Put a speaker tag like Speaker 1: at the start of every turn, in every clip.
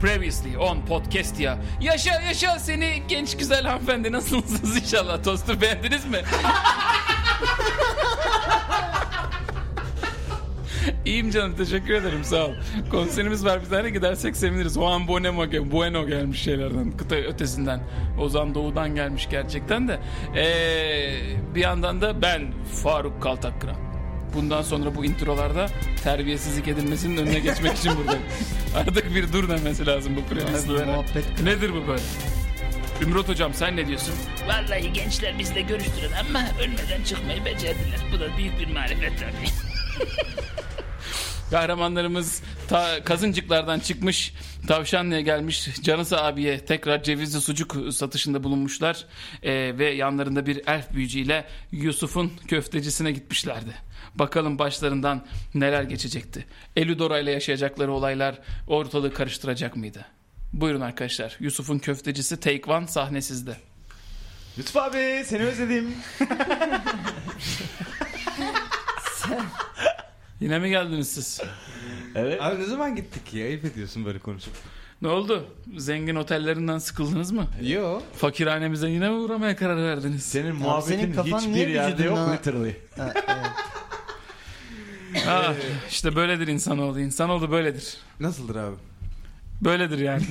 Speaker 1: Previously on podcast ya. Yaşa yaşa seni genç güzel hanımefendi nasılsınız inşallah tostu beğendiniz mi? İyiyim canım teşekkür ederim sağ ol. Konserimiz var bir tane gidersek seviniriz. Juan Bonemo, Bueno gelmiş şeylerden kıta ötesinden. Ozan Doğu'dan gelmiş gerçekten de. Ee, bir yandan da ben Faruk Kaltakkıran. Bundan sonra bu introlarda terbiyesizlik edilmesinin önüne geçmek için buradayım. Artık bir dur demesi lazım bu
Speaker 2: Abi,
Speaker 1: premislere.
Speaker 2: muhabbet.
Speaker 1: Nedir bu böyle? Ümrot hocam sen ne diyorsun?
Speaker 3: Vallahi gençler bizle görüştürün ama ölmeden çıkmayı becerdiler. Bu da büyük bir marifet tabii.
Speaker 1: Kahramanlarımız ta kazıncıklardan çıkmış tavşanlıya gelmiş Canısı abiye tekrar cevizli sucuk satışında bulunmuşlar Ee, ve yanlarında bir elf büyücüyle Yusuf'un köftecisine gitmişlerdi. Bakalım başlarından neler geçecekti. Eludora ile yaşayacakları olaylar ortalığı karıştıracak mıydı? Buyurun arkadaşlar Yusuf'un köftecisi Take One sahne sizde.
Speaker 2: Lütfü abi seni özledim.
Speaker 1: Yine mi geldiniz siz?
Speaker 2: Evet. Abi ne zaman gittik ya? Ayıp ediyorsun böyle konuşup.
Speaker 1: Ne oldu? Zengin otellerinden sıkıldınız mı?
Speaker 2: Yo.
Speaker 1: Fakirhanemize yine mi uğramaya karar verdiniz?
Speaker 2: Senin
Speaker 4: senin
Speaker 2: muhabbetin
Speaker 4: kafan niye
Speaker 2: hiçbir yerde yok
Speaker 4: vücuduna-
Speaker 2: literally.
Speaker 4: Ha, evet.
Speaker 1: Ah, işte böyledir insanoğlu. İnsanoğlu böyledir.
Speaker 2: Nasıldır abi?
Speaker 1: Böyledir yani.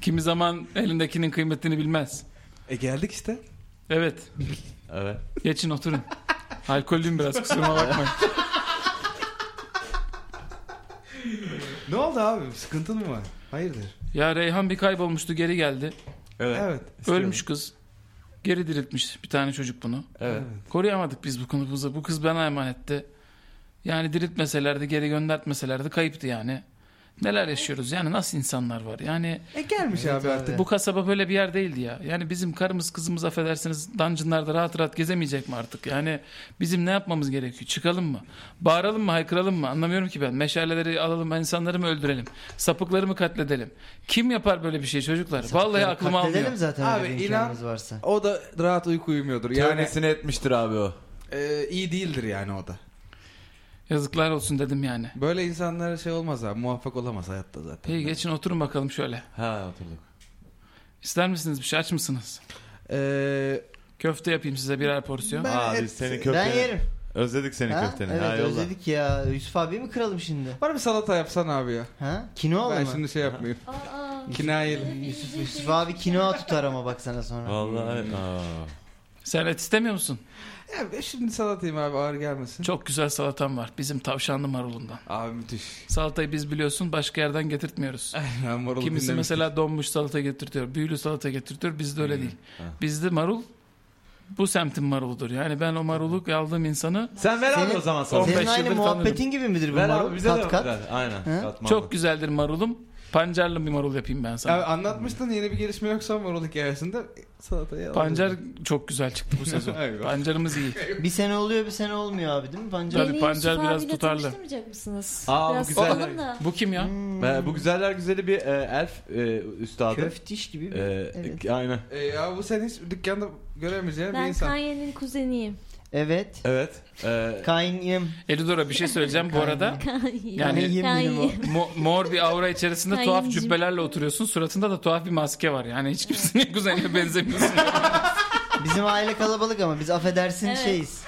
Speaker 1: Kimi zaman elindekinin kıymetini bilmez.
Speaker 2: E geldik işte.
Speaker 1: Evet.
Speaker 2: Evet.
Speaker 1: Geçin oturun. Alkollüyüm biraz kusuruma bakmayın.
Speaker 2: Ne oldu abi? Sıkıntın mı var? Hayırdır?
Speaker 1: Ya Reyhan bir kaybolmuştu geri geldi.
Speaker 2: Evet.
Speaker 1: Ölmüş kız. Geri diriltmiş bir tane çocuk bunu.
Speaker 2: Evet.
Speaker 1: Koruyamadık biz bu konumuzu. Bu kız bana emanetti. Yani diriltmeselerdi geri göndertmeselerdi kayıptı yani. Neler yaşıyoruz yani nasıl insanlar var yani
Speaker 2: E gelmiş abi artık.
Speaker 1: bu kasaba böyle bir yer değildi ya yani bizim karımız kızımız affedersiniz dungeonlarda rahat rahat gezemeyecek mi artık yani bizim ne yapmamız gerekiyor çıkalım mı bağıralım mı haykıralım mı anlamıyorum ki ben meşaleleri alalım insanları mı öldürelim sapıkları mı katledelim kim yapar böyle bir şey çocuklar vallahi aklıma almıyor
Speaker 4: Katledelim zaten
Speaker 2: Abi,
Speaker 4: abi, öyle bir
Speaker 2: inan-
Speaker 4: imkanımız varsa.
Speaker 2: O da rahat uyku uyumuyordur. Yani
Speaker 5: Tövbesini etmiştir abi o.
Speaker 2: e, iyi değildir yani o da.
Speaker 1: yazıklar olsun dedim yani
Speaker 2: Böyle insanlara şey olmaz abi. Muvaffak olamaz hayatta zaten.
Speaker 1: hey geçin oturun bakalım şöyle
Speaker 5: Ha oturduk.
Speaker 1: İster misiniz bir şey aç mısınız
Speaker 2: E,
Speaker 1: köfte yapayım size birer porsiyon
Speaker 2: Ben
Speaker 5: Abi
Speaker 2: et-
Speaker 5: senin köfteni.
Speaker 4: Ben yerim.
Speaker 5: Özledik senin
Speaker 4: Ha?
Speaker 5: köfteni.
Speaker 4: Evet
Speaker 5: ha, yolla.
Speaker 4: özledik ya. Yusuf abi mi kıralım şimdi?
Speaker 2: bana bir salata yapsan abi ya.
Speaker 4: Ha? Kinoa
Speaker 2: Ben
Speaker 4: mı?
Speaker 2: şimdi şey yapmayayım. Kinayeli.
Speaker 4: Yusuf, Yusuf abi kinoa tutar ama baksana sonra.
Speaker 2: Hmm.
Speaker 5: Vallahi aa.
Speaker 1: sen et istemiyor musun
Speaker 2: Ya ben şimdi salatayım abi ağır gelmesin.
Speaker 1: çok güzel salatam var bizim tavşanlı marulundan
Speaker 2: Abi müthiş.
Speaker 1: salatayı biz biliyorsun başka yerden getirtmiyoruz
Speaker 2: Ben marulu
Speaker 1: Kimisi
Speaker 2: dinlemiştim.
Speaker 1: mesela donmuş salata getirtiyor. Büyülü salata getirtiyor. Bizde öyle değil. Bizde marul bu semtin maruludur. Yani ben o maruluk aldığım insanı
Speaker 5: Sen ver abi
Speaker 4: Senin-
Speaker 5: o zaman sana.
Speaker 1: 15
Speaker 4: Senin aynı
Speaker 1: yıldır
Speaker 4: muhabbetin gibi midir bu
Speaker 5: Ver
Speaker 4: marul?
Speaker 5: abi bize de
Speaker 4: Kat kat.
Speaker 5: ver. Aynen.
Speaker 4: Hı?
Speaker 5: katmanlı.
Speaker 1: çok güzeldir marulum. Pancarlı bir marul yapayım ben sana.
Speaker 2: Abi anlatmıştın yeni bir gelişme yoksa marul hikayesinde e, salatayı alalım.
Speaker 1: Pancar çok güzel çıktı bu sezon.
Speaker 2: Eyvah.
Speaker 1: Pancarımız iyi.
Speaker 4: Bir sene oluyor bir sene olmuyor abi değil mi pancar?
Speaker 1: Tabii.
Speaker 6: Beni
Speaker 1: pancar
Speaker 6: Yusuf
Speaker 1: biraz
Speaker 6: abiyle
Speaker 1: tutarlı.
Speaker 6: tanıştırmayacak mısınız?
Speaker 5: Aa, bu
Speaker 6: biraz
Speaker 5: güzel.
Speaker 6: tutalım da.
Speaker 1: Bu kim ya?
Speaker 4: hmm,
Speaker 5: Ve bu güzeller güzeli bir e, elf e, üstadı.
Speaker 4: Köftiş gibi bir.
Speaker 5: E,
Speaker 4: Evet.
Speaker 5: Aynen.
Speaker 2: E ya bu sen hiç dükkanda göremeyeceğin bir
Speaker 6: Ben
Speaker 2: insan.
Speaker 6: Kanye'nin kuzeniyim.
Speaker 4: Evet.
Speaker 5: Evet. E,
Speaker 4: Kaynim.
Speaker 1: Elidora bir şey söyleyeceğim bu arada. Yani-
Speaker 4: Yani yemin o.
Speaker 1: Mo- mor bir aura içerisinde tuhaf
Speaker 6: Kayıncım.
Speaker 1: cübbelerle oturuyorsun. Suratında da tuhaf bir maske var. Yani hiç kimseye kuzenine benzemiyorsun.
Speaker 4: Bizim aile kalabalık ama biz affedersin
Speaker 6: Evet.
Speaker 4: şeyiz.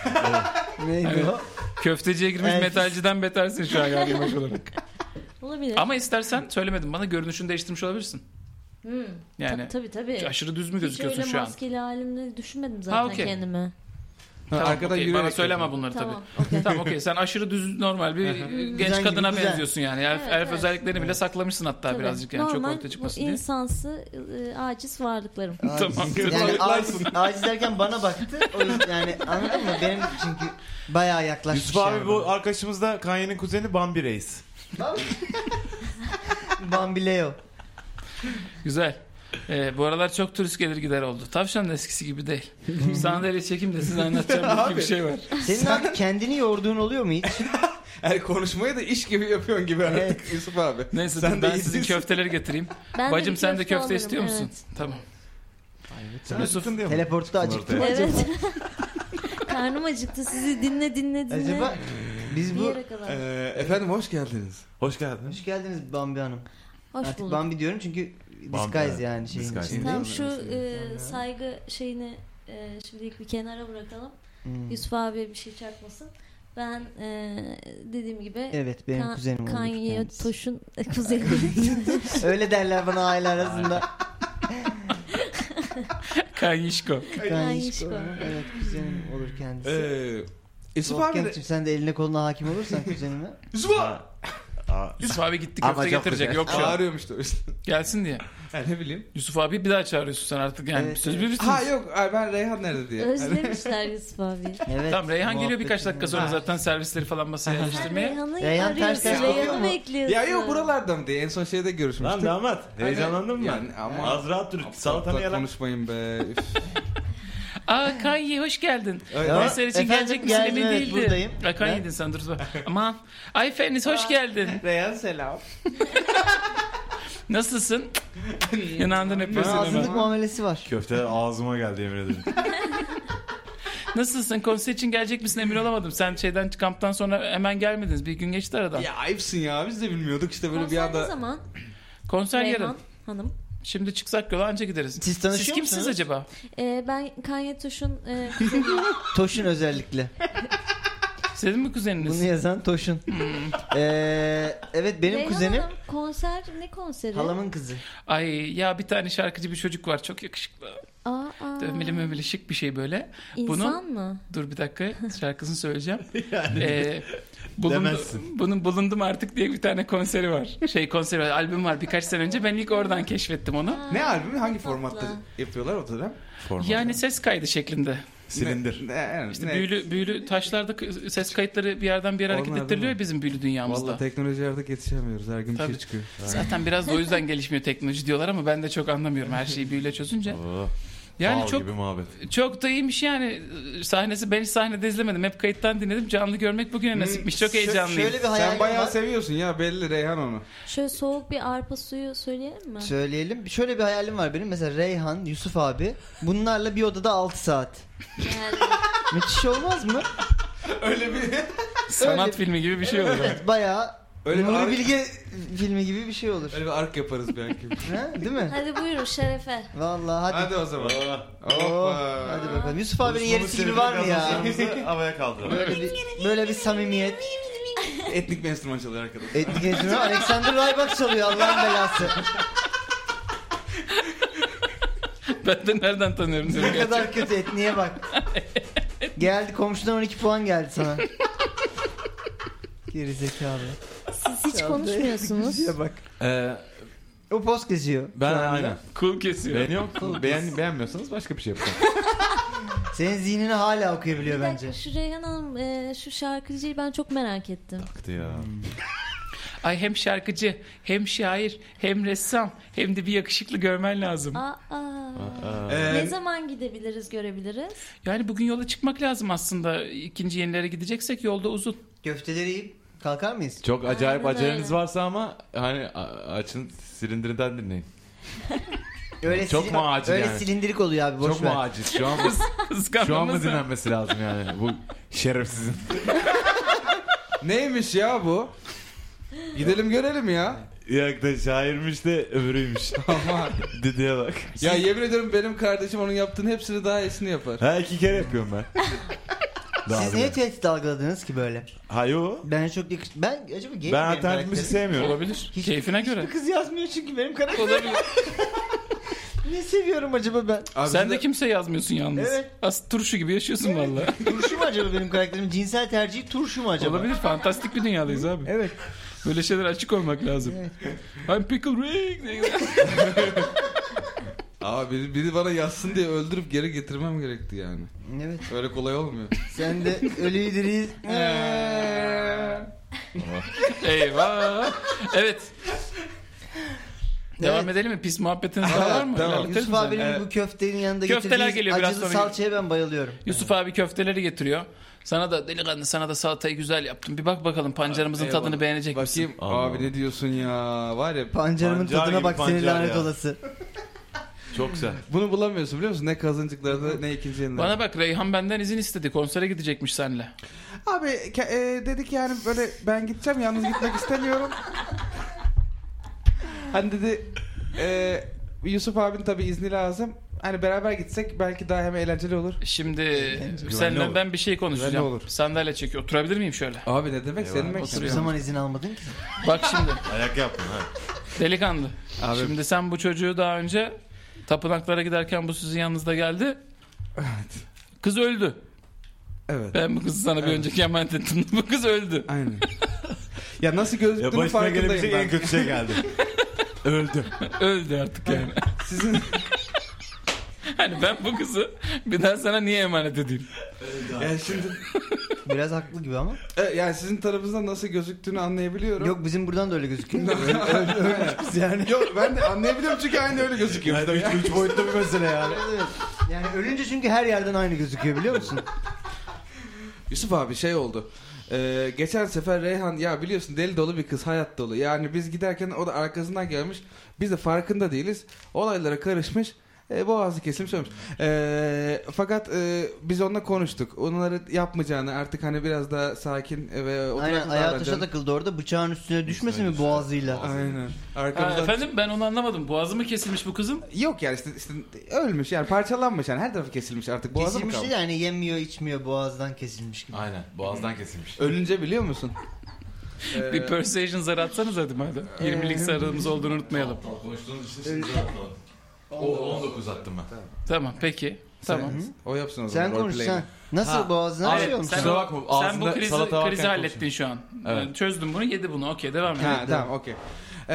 Speaker 4: Neydi
Speaker 1: Evet.
Speaker 4: o?
Speaker 1: Köfteciye girmiş
Speaker 4: Evet.
Speaker 1: metalciden betersin şu an galiba baş olarak.
Speaker 6: Olabilir.
Speaker 1: Ama istersen söylemedim bana görünüşünü değiştirmiş olabilirsin.
Speaker 6: Hmm.
Speaker 1: Yani
Speaker 6: tabii tabii. tabii.
Speaker 1: aşırı düz mü
Speaker 6: Hiç
Speaker 1: gözüküyorsun
Speaker 6: öyle
Speaker 1: şu an?
Speaker 6: maskeli halimle düşünmedim zaten
Speaker 1: okey.
Speaker 6: kendimi.
Speaker 2: Ha,
Speaker 1: Tamam,
Speaker 2: arkadan
Speaker 1: okey.
Speaker 2: yürüyerek
Speaker 1: Bana söyleme bunları
Speaker 6: Tamam.
Speaker 1: tabii. tamam okey sen aşırı düz normal bir genç
Speaker 4: Güzel gibi,
Speaker 1: kadına
Speaker 4: güzel.
Speaker 1: benziyorsun yani. Elf,
Speaker 6: Evet,
Speaker 1: elf
Speaker 6: evet.
Speaker 1: özelliklerini bile saklamışsın hatta
Speaker 6: Tabii.
Speaker 1: birazcık yani
Speaker 6: Normal,
Speaker 1: çok ortaya çıkmasın
Speaker 6: bu
Speaker 1: diye.
Speaker 6: insansı e, aciz varlıklarım.
Speaker 1: Tamam.
Speaker 4: Aciz. Yani aciz, aciz derken bana baktı. O yüzden yani anladın mı? Benim çünkü bayağı yaklaşmış.
Speaker 5: Yusuf abi
Speaker 2: şey
Speaker 4: yani
Speaker 5: bu arkadaşımız da Kanye'nin kuzeni Bambi Reis.
Speaker 4: bana. Bambileo.
Speaker 1: Güzel. Ee, bu aralar çok turist gelir gider oldu. Tavşan da eskisi gibi değil. Sandalye çekeyim de size anlatacağım bir
Speaker 2: Abi.
Speaker 1: bir şey var.
Speaker 4: Senin abi kendini yorduğun oluyor mu hiç?
Speaker 2: Yani konuşmayı da iş gibi yapıyorsun gibi artık Yusuf abi.
Speaker 1: Neyse
Speaker 2: Sen
Speaker 1: dur,
Speaker 2: de
Speaker 1: ben sizin
Speaker 2: izliyorsun.
Speaker 1: köfteleri getireyim.
Speaker 6: Ben
Speaker 1: Bacım
Speaker 6: bir
Speaker 1: sen de köfte
Speaker 6: alırım,
Speaker 1: istiyor musun?
Speaker 6: evet.
Speaker 1: Tamam.
Speaker 5: Sen
Speaker 1: Yusuf-
Speaker 5: acıktın diyor mu?
Speaker 4: Teleportta acıktım acaba.
Speaker 6: Evet. Karnım acıktı sizi dinle dinle dinle.
Speaker 4: Acaba biz
Speaker 6: Bir
Speaker 4: bu...
Speaker 6: yere kadar.
Speaker 7: e,
Speaker 2: Ee, E, efendim hoş geldiniz.
Speaker 5: Hoş geldin.
Speaker 4: Hoş geldiniz Bambi Hanım.
Speaker 6: Hoş
Speaker 4: Artık
Speaker 6: bulduk.
Speaker 4: Bambi diyorum çünkü
Speaker 7: Bambi, evet.
Speaker 4: disguise yani şeyin
Speaker 7: Disguise.
Speaker 4: içinde.
Speaker 6: Tamam şu e, saygı şeyini e, şimdilik bir kenara bırakalım.
Speaker 4: Hmm.
Speaker 6: Yusuf abi bir şey çarpmasın. Ben e, dediğim gibi
Speaker 4: Evet benim
Speaker 6: Ka-
Speaker 4: kuzenim oldu.
Speaker 6: Kanye
Speaker 4: kendisi.
Speaker 6: Toş'un kuzeni.
Speaker 4: Öyle derler bana aile arasında.
Speaker 1: Kanyişko.
Speaker 4: Kanye
Speaker 6: Kanyişko.
Speaker 4: Evet kuzenim olur kendisi.
Speaker 7: Ee, Esif abi de...
Speaker 4: Wolfgang'cim sen de eline koluna hakim olursan kuzenime.
Speaker 7: Ha. Aa,
Speaker 1: Yusuf abi gitti
Speaker 7: Ama
Speaker 1: köfte
Speaker 7: çok
Speaker 1: getirecek.
Speaker 7: güzel.
Speaker 1: Yok şu an.
Speaker 2: Ağrıyormuş da o yüzden.
Speaker 1: Gelsin diye.
Speaker 2: Yani ne bileyim.
Speaker 1: Yusuf abi bir daha çağırıyorsun sen artık yani.
Speaker 4: Evet,
Speaker 1: Söz
Speaker 4: evet.
Speaker 1: verirsiniz.
Speaker 2: Ha yok ay ben Reyhan nerede diye.
Speaker 6: Özlemişler Yusuf abi.
Speaker 4: Evet.
Speaker 1: Tamam Reyhan geliyor birkaç
Speaker 4: muhabbetini.
Speaker 1: dakika sonra zaten servisleri falan masaya
Speaker 6: Sen
Speaker 1: yerleştirmeye.
Speaker 6: Reyhan'ı
Speaker 4: Reyhan ters
Speaker 6: arıyorsun.
Speaker 4: ters bakıyor
Speaker 6: Reyhan'ı
Speaker 4: mu?
Speaker 6: bekliyorsun.
Speaker 2: Ya yok buralarda mı diye en son şeyde görüşmüştük.
Speaker 7: Lan damat heyecanlandın mı?
Speaker 2: Yani ama-
Speaker 7: Az rahat dur.
Speaker 2: Aptal
Speaker 7: Salatanı
Speaker 2: aptal
Speaker 7: yalan.
Speaker 2: konuşmayın be. Üf.
Speaker 1: Aa Kanye hoş geldin.
Speaker 4: Ya,
Speaker 1: Konser için
Speaker 4: efendim,
Speaker 1: gelecek misin
Speaker 4: geldim,
Speaker 1: emin
Speaker 4: evet,
Speaker 1: değildim.
Speaker 4: buradayım.
Speaker 1: Ay Kanye'din sen dur. Aman. Ay Ferniz hoş geldin.
Speaker 2: Reyhan selam.
Speaker 1: Nasılsın? Yanağından öpüyorsun
Speaker 4: Ağzılık
Speaker 1: hemen.
Speaker 4: muamelesi var.
Speaker 7: Köfte ağzıma geldi yemin ederim.
Speaker 1: Nasılsın? Konser için gelecek misin emin olamadım. Sen şeyden kamptan sonra hemen gelmediniz. Bir gün geçti aradan.
Speaker 2: Ya ayıpsın ya biz de bilmiyorduk işte böyle
Speaker 6: Konser
Speaker 2: bir
Speaker 6: ne
Speaker 2: anda.
Speaker 6: zaman?
Speaker 1: Konser
Speaker 6: Reyhan
Speaker 1: yarın.
Speaker 6: Hanım.
Speaker 1: Şimdi çıksak yola anca gideriz.
Speaker 4: Siz tanışıyor
Speaker 1: Siz kimsiniz
Speaker 4: musunuz?
Speaker 1: acaba?
Speaker 6: Ee, ben Kanye Toş'un e, kuzeni.
Speaker 4: Toşun özellikle.
Speaker 1: Sizin mi kuzeniniz?
Speaker 4: Bunu yazan Toşun. Ee, evet benim
Speaker 6: Reyhan
Speaker 4: kuzenim.
Speaker 6: Hanım, konser ne konseri?
Speaker 4: Halamın kızı.
Speaker 1: Ay ya bir tane şarkıcı bir çocuk var. Çok yakışıklı.
Speaker 6: Aa, aa.
Speaker 1: Dövmeli mövmeli şık bir şey böyle.
Speaker 6: İnsan mı?
Speaker 1: Dur bir dakika şarkısını söyleyeceğim. Ee, bulundu-
Speaker 7: Demezsin.
Speaker 1: bunun bulundum artık diye bir tane konseri var. Şey konseri var, albüm var birkaç sene önce. Ben ilk oradan keşfettim onu.
Speaker 6: Aa,
Speaker 2: Ne albümü hangi
Speaker 6: tatlı.
Speaker 2: formatta yapıyorlar o dönem?
Speaker 7: Formal.
Speaker 1: Yani ses kaydı şeklinde.
Speaker 7: Silindir.
Speaker 2: Ne, ne,
Speaker 1: İşte
Speaker 2: ne-
Speaker 1: büyülü büyülü taşlarda k- ses kayıtları bir yerden bir yere hareket
Speaker 2: Olmadı
Speaker 1: ettiriliyor
Speaker 2: mı?
Speaker 1: bizim büyülü dünyamızda.
Speaker 2: Valla teknoloji artık yetişemiyoruz. Her gün bir
Speaker 1: Tabii.
Speaker 2: şey çıkıyor.
Speaker 1: Zaten biraz da o yüzden gelişmiyor teknoloji diyorlar ama ben de çok anlamıyorum her şeyi büyüyle çözünce.
Speaker 7: Oh,
Speaker 1: Yani
Speaker 7: bal
Speaker 1: çok
Speaker 7: gibi muhabbet.
Speaker 1: çok da iyiymiş yani Ee, sahnesi ben hiç sahnede izlemedim. Hep kayıttan dinledim. Canlı görmek
Speaker 7: Hmm.
Speaker 1: bugüne nasipmiş. Çok
Speaker 4: Şö-
Speaker 1: heyecanlıyım.
Speaker 4: Şöyle bir hayalim
Speaker 2: Sen bayağı
Speaker 4: var.
Speaker 2: seviyorsun ya belli Reyhan onu.
Speaker 6: Şöyle soğuk bir arpa suyu söyleyelim mi?
Speaker 4: Şey- Söyleyelim. Şöyle bir hayalim var benim. Mesela Reyhan, Yusuf abi. Bunlarla bir odada 6 saat.
Speaker 6: Yani
Speaker 4: Müthiş olmaz mı?
Speaker 2: Öyle bir
Speaker 1: Sanat filmi gibi bir şey olur.
Speaker 4: Evet bayağı.
Speaker 2: öyle bir
Speaker 4: Nuri
Speaker 2: ark,
Speaker 4: Bilge filmi gibi bir şey olur.
Speaker 2: öyle bir ark yaparız belki.
Speaker 4: Ha, değil mi?
Speaker 6: hadi buyurun şerefe.
Speaker 4: Vallahi hadi.
Speaker 2: Hadi o zaman. Oh,
Speaker 5: Oh,
Speaker 4: Oo,
Speaker 2: Hoppa.
Speaker 4: hadi bakalım. Yusuf abinin yerisi gibi var mı ya?
Speaker 7: Konuşmamız havaya kaldıralım.
Speaker 4: Böyle bir, böyle bir samimiyet.
Speaker 2: Etnik bir enstrüman çalıyor arkada.
Speaker 4: Etnik enstrüman Alexander Rybak çalıyor Allah'ın belası.
Speaker 1: Ben de nereden tanıyorum diyorum.
Speaker 4: Ne kadar kötü etniğe bak. Geldi komşudan 12 puan geldi sana. Geri zekalı.
Speaker 6: Siz hiç konuşmuyorsunuz.
Speaker 4: Ya bak.
Speaker 5: Ee,
Speaker 4: O post geziyor.
Speaker 5: ben
Speaker 4: şu anda.
Speaker 5: aynen.
Speaker 1: Cool kesiyor.
Speaker 5: Beğeniyor musun? Beğen, beğenmiyorsanız başka bir şey yapacağım.
Speaker 4: Senin zihnini hala okuyabiliyor
Speaker 6: Bir
Speaker 4: bence.
Speaker 6: dakika şu Reyhan Hanım e, şu şarkıcıyı ben çok merak ettim.
Speaker 7: Baktı ya.
Speaker 1: Ay hem şarkıcı, hem şair, hem ressam, hem de bir yakışıklı görmen lazım.
Speaker 6: Aa,
Speaker 2: Ee,
Speaker 6: ne zaman gidebiliriz görebiliriz?
Speaker 1: Yani bugün yola çıkmak lazım aslında. İkinci yenilere gideceksek yolda uzun.
Speaker 4: Köfteleri yiyip kalkar mıyız?
Speaker 5: Çok acayip
Speaker 6: Aynen
Speaker 5: aceleniz
Speaker 6: öyle.
Speaker 5: varsa ama hani a- açın silindirinden dinleyin.
Speaker 4: Öyle
Speaker 5: Çok
Speaker 4: silin-
Speaker 5: mu acil
Speaker 4: Öyle
Speaker 5: yani?
Speaker 4: silindirik oluyor abi boş
Speaker 5: Çok
Speaker 4: ver.
Speaker 5: mu acil? Şu an mı, şu an mı
Speaker 1: Kıskanmamız da-
Speaker 5: dinlenmesi lazım yani? Bu şerefsizin.
Speaker 2: Neymiş ya bu? Gidelim görelim ya.
Speaker 7: Yok da şairmiş de öbürüymüş.
Speaker 2: Ama
Speaker 7: Dediye bak.
Speaker 2: ya yemin ediyorum benim kardeşim onun yaptığının hepsini daha iyisini yapar.
Speaker 7: Ha iki kere yapıyorum ben. Daha
Speaker 4: Siz
Speaker 7: bile.
Speaker 4: niye tehdit algıladınız ki böyle?
Speaker 7: Ha yo.
Speaker 4: Ben çok yakış... Ben acaba gay
Speaker 7: Ben alternatif müzik
Speaker 5: şey-
Speaker 7: sevmiyorum.
Speaker 1: Olabilir. Keyfine göre.
Speaker 4: Kız yazmıyor çünkü benim karakterim.
Speaker 1: Olabilir.
Speaker 4: Ne seviyorum acaba ben?
Speaker 2: Abi
Speaker 1: Sen de
Speaker 2: bizim
Speaker 1: kimse yazmıyorsun yalnız.
Speaker 4: Evet.
Speaker 1: As turşu gibi yaşıyorsun valla.
Speaker 4: Turşu mu acaba benim karakterim? Cinsel tercihi turşu mu acaba?
Speaker 1: Olabilir. Fantastik bir dünyadayız abi.
Speaker 4: Evet.
Speaker 1: Böyle şeyler açık olmak lazım. I'm pickle Rick.
Speaker 2: Abi biri, biri bana yazsın diye öldürüp geri getirmem gerekti yani.
Speaker 4: Evet.
Speaker 2: Öyle kolay olmuyor.
Speaker 4: Sen de ölüyü diriyiz. Ee,
Speaker 1: Eyvah. Evet. Devam edelim mi? Pis muhabbetiniz daha var mı?
Speaker 2: Devam.
Speaker 1: Öyle biteriz
Speaker 4: Yusuf
Speaker 1: mi?
Speaker 4: abinin
Speaker 2: Evet.
Speaker 4: bu köftenin yanında
Speaker 1: Köfteler
Speaker 4: getirdiği
Speaker 1: geliyor biraz
Speaker 4: acılı
Speaker 1: sonra.
Speaker 4: salçaya ben bayılıyorum.
Speaker 1: Yusuf abi köfteleri getiriyor. Sana da delikanlı sana da salatayı güzel yaptım. Bir bak bakalım pancarımızın
Speaker 2: Eyvallah.
Speaker 1: tadını beğenecek misin?
Speaker 2: Bakayım
Speaker 7: Allah
Speaker 2: abi ne diyorsun ya var ya
Speaker 4: Pancarımın
Speaker 7: Pancar
Speaker 4: tadına
Speaker 7: gibi
Speaker 4: bak
Speaker 7: pancar
Speaker 4: senin lanet
Speaker 7: ya.
Speaker 4: olası.
Speaker 7: Çok güzel.
Speaker 2: bunu bulamıyorsun biliyor musun ne kazıncıklarda ne ikinci yenilerde.
Speaker 1: Bana bak Reyhan benden izin istedi. Konsere gidecekmiş senle.
Speaker 2: Abi ke- e, dedik yani böyle ben gideceğim yalnız gitmek istemiyorum. Hani dedi e, Yusuf abinin tabii izni lazım. Hani beraber gitsek belki daha hem eğlenceli olur.
Speaker 1: Şimdi
Speaker 7: Güvenli
Speaker 1: seninle
Speaker 7: olur.
Speaker 1: ben bir şey konuşacağım.
Speaker 2: Güvenli olur.
Speaker 1: Sandalye çekiyor. Oturabilir miyim şöyle?
Speaker 2: Abi ne demek senin demek.
Speaker 4: O
Speaker 1: Oturuyor.
Speaker 4: zaman izin almadın ki.
Speaker 1: Bak şimdi
Speaker 7: Ayak yapma. Ha.
Speaker 1: delikanlı.
Speaker 2: Abi-
Speaker 1: Şimdi sen bu çocuğu daha önce tapınaklara giderken bu sizin yanınızda geldi. Kız öldü.
Speaker 2: Evet.
Speaker 1: Ben bu kızı sana bir önceki emanet ettim. bu kız öldü.
Speaker 2: Aynen. ya nasıl
Speaker 7: Ya
Speaker 2: gözüktüğünün
Speaker 7: başına
Speaker 2: farkındayım
Speaker 7: gelebilecek en
Speaker 2: ben.
Speaker 7: kötü şey geldi. Öldü.
Speaker 1: Öldü artık yani.
Speaker 2: Sizin
Speaker 1: Hani ben bu kızı bir daha sana niye emanet edeyim?
Speaker 2: yani şimdi
Speaker 4: Biraz haklı gibi ama.
Speaker 2: e, yani sizin tarafınızdan nasıl gözüktüğünü anlayabiliyorum.
Speaker 4: Yok bizim buradan da öyle gözüküyor.
Speaker 2: Biz yani. Yok ben de anlayabiliyorum çünkü aynı öyle gözüküyor.
Speaker 7: Yani üç, üç boyutlu bir mesele yani.
Speaker 4: Evet. Yani ölünce çünkü her yerden aynı gözüküyor biliyor musun?
Speaker 2: Yusuf abi şey oldu. Ee, geçen sefer Reyhan ya biliyorsun deli dolu bir kız hayat dolu. Yani biz giderken o da arkasından gelmiş. Biz de farkında değiliz. Olaylara karışmış. E, boğazı kesilmiş olmuş. Ee, fakat e, biz onunla konuştuk. Onları yapmayacağını artık hani biraz daha sakin ve
Speaker 4: Aynen
Speaker 2: oturaklı
Speaker 4: ayağı taşa
Speaker 2: davranacağını.
Speaker 4: takıldı orada bıçağın üstüne düşmesin mi boğazıyla?
Speaker 2: Aynen.
Speaker 1: Ha,
Speaker 2: Arkamızdan...
Speaker 1: efendim ben onu anlamadım. Boğazı mı kesilmiş bu kızın?
Speaker 2: Yok yani işte, işte ölmüş yani parçalanmış yani her tarafı kesilmiş artık boğazı mı
Speaker 4: Kesilmiş
Speaker 2: kaldı?
Speaker 4: değil şey yani yemiyor içmiyor boğazdan kesilmiş gibi.
Speaker 7: Aynen. Boğazdan kesilmiş.
Speaker 2: Ölünce biliyor musun? Ee,
Speaker 1: Bir persuasion zarı atsanız hadi madem.
Speaker 7: Ee,
Speaker 1: 20'lik zarımız olduğunu unutmayalım.
Speaker 7: Konuştuğunuz için şimdi atma. O 19 attım ben.
Speaker 1: Tamam peki. Tamam.
Speaker 2: o yapsın o zaman.
Speaker 4: Sen
Speaker 2: role
Speaker 4: konuş
Speaker 2: play'ini.
Speaker 4: sen. Nasıl
Speaker 7: Ha.
Speaker 4: boğazdan şey
Speaker 1: Hayır,
Speaker 4: açıyor musun?
Speaker 1: sen-
Speaker 7: Kusura bakma.
Speaker 1: Sen bu
Speaker 7: ağzında
Speaker 1: krizi,
Speaker 7: salata varken
Speaker 1: krizi hallettin
Speaker 7: konuşayım.
Speaker 1: şu an.
Speaker 7: Evet.
Speaker 1: Ee, Çözdün bunu yedi bunu. Okey devam
Speaker 2: Ha
Speaker 1: edelim.
Speaker 2: tamam okey. Ee,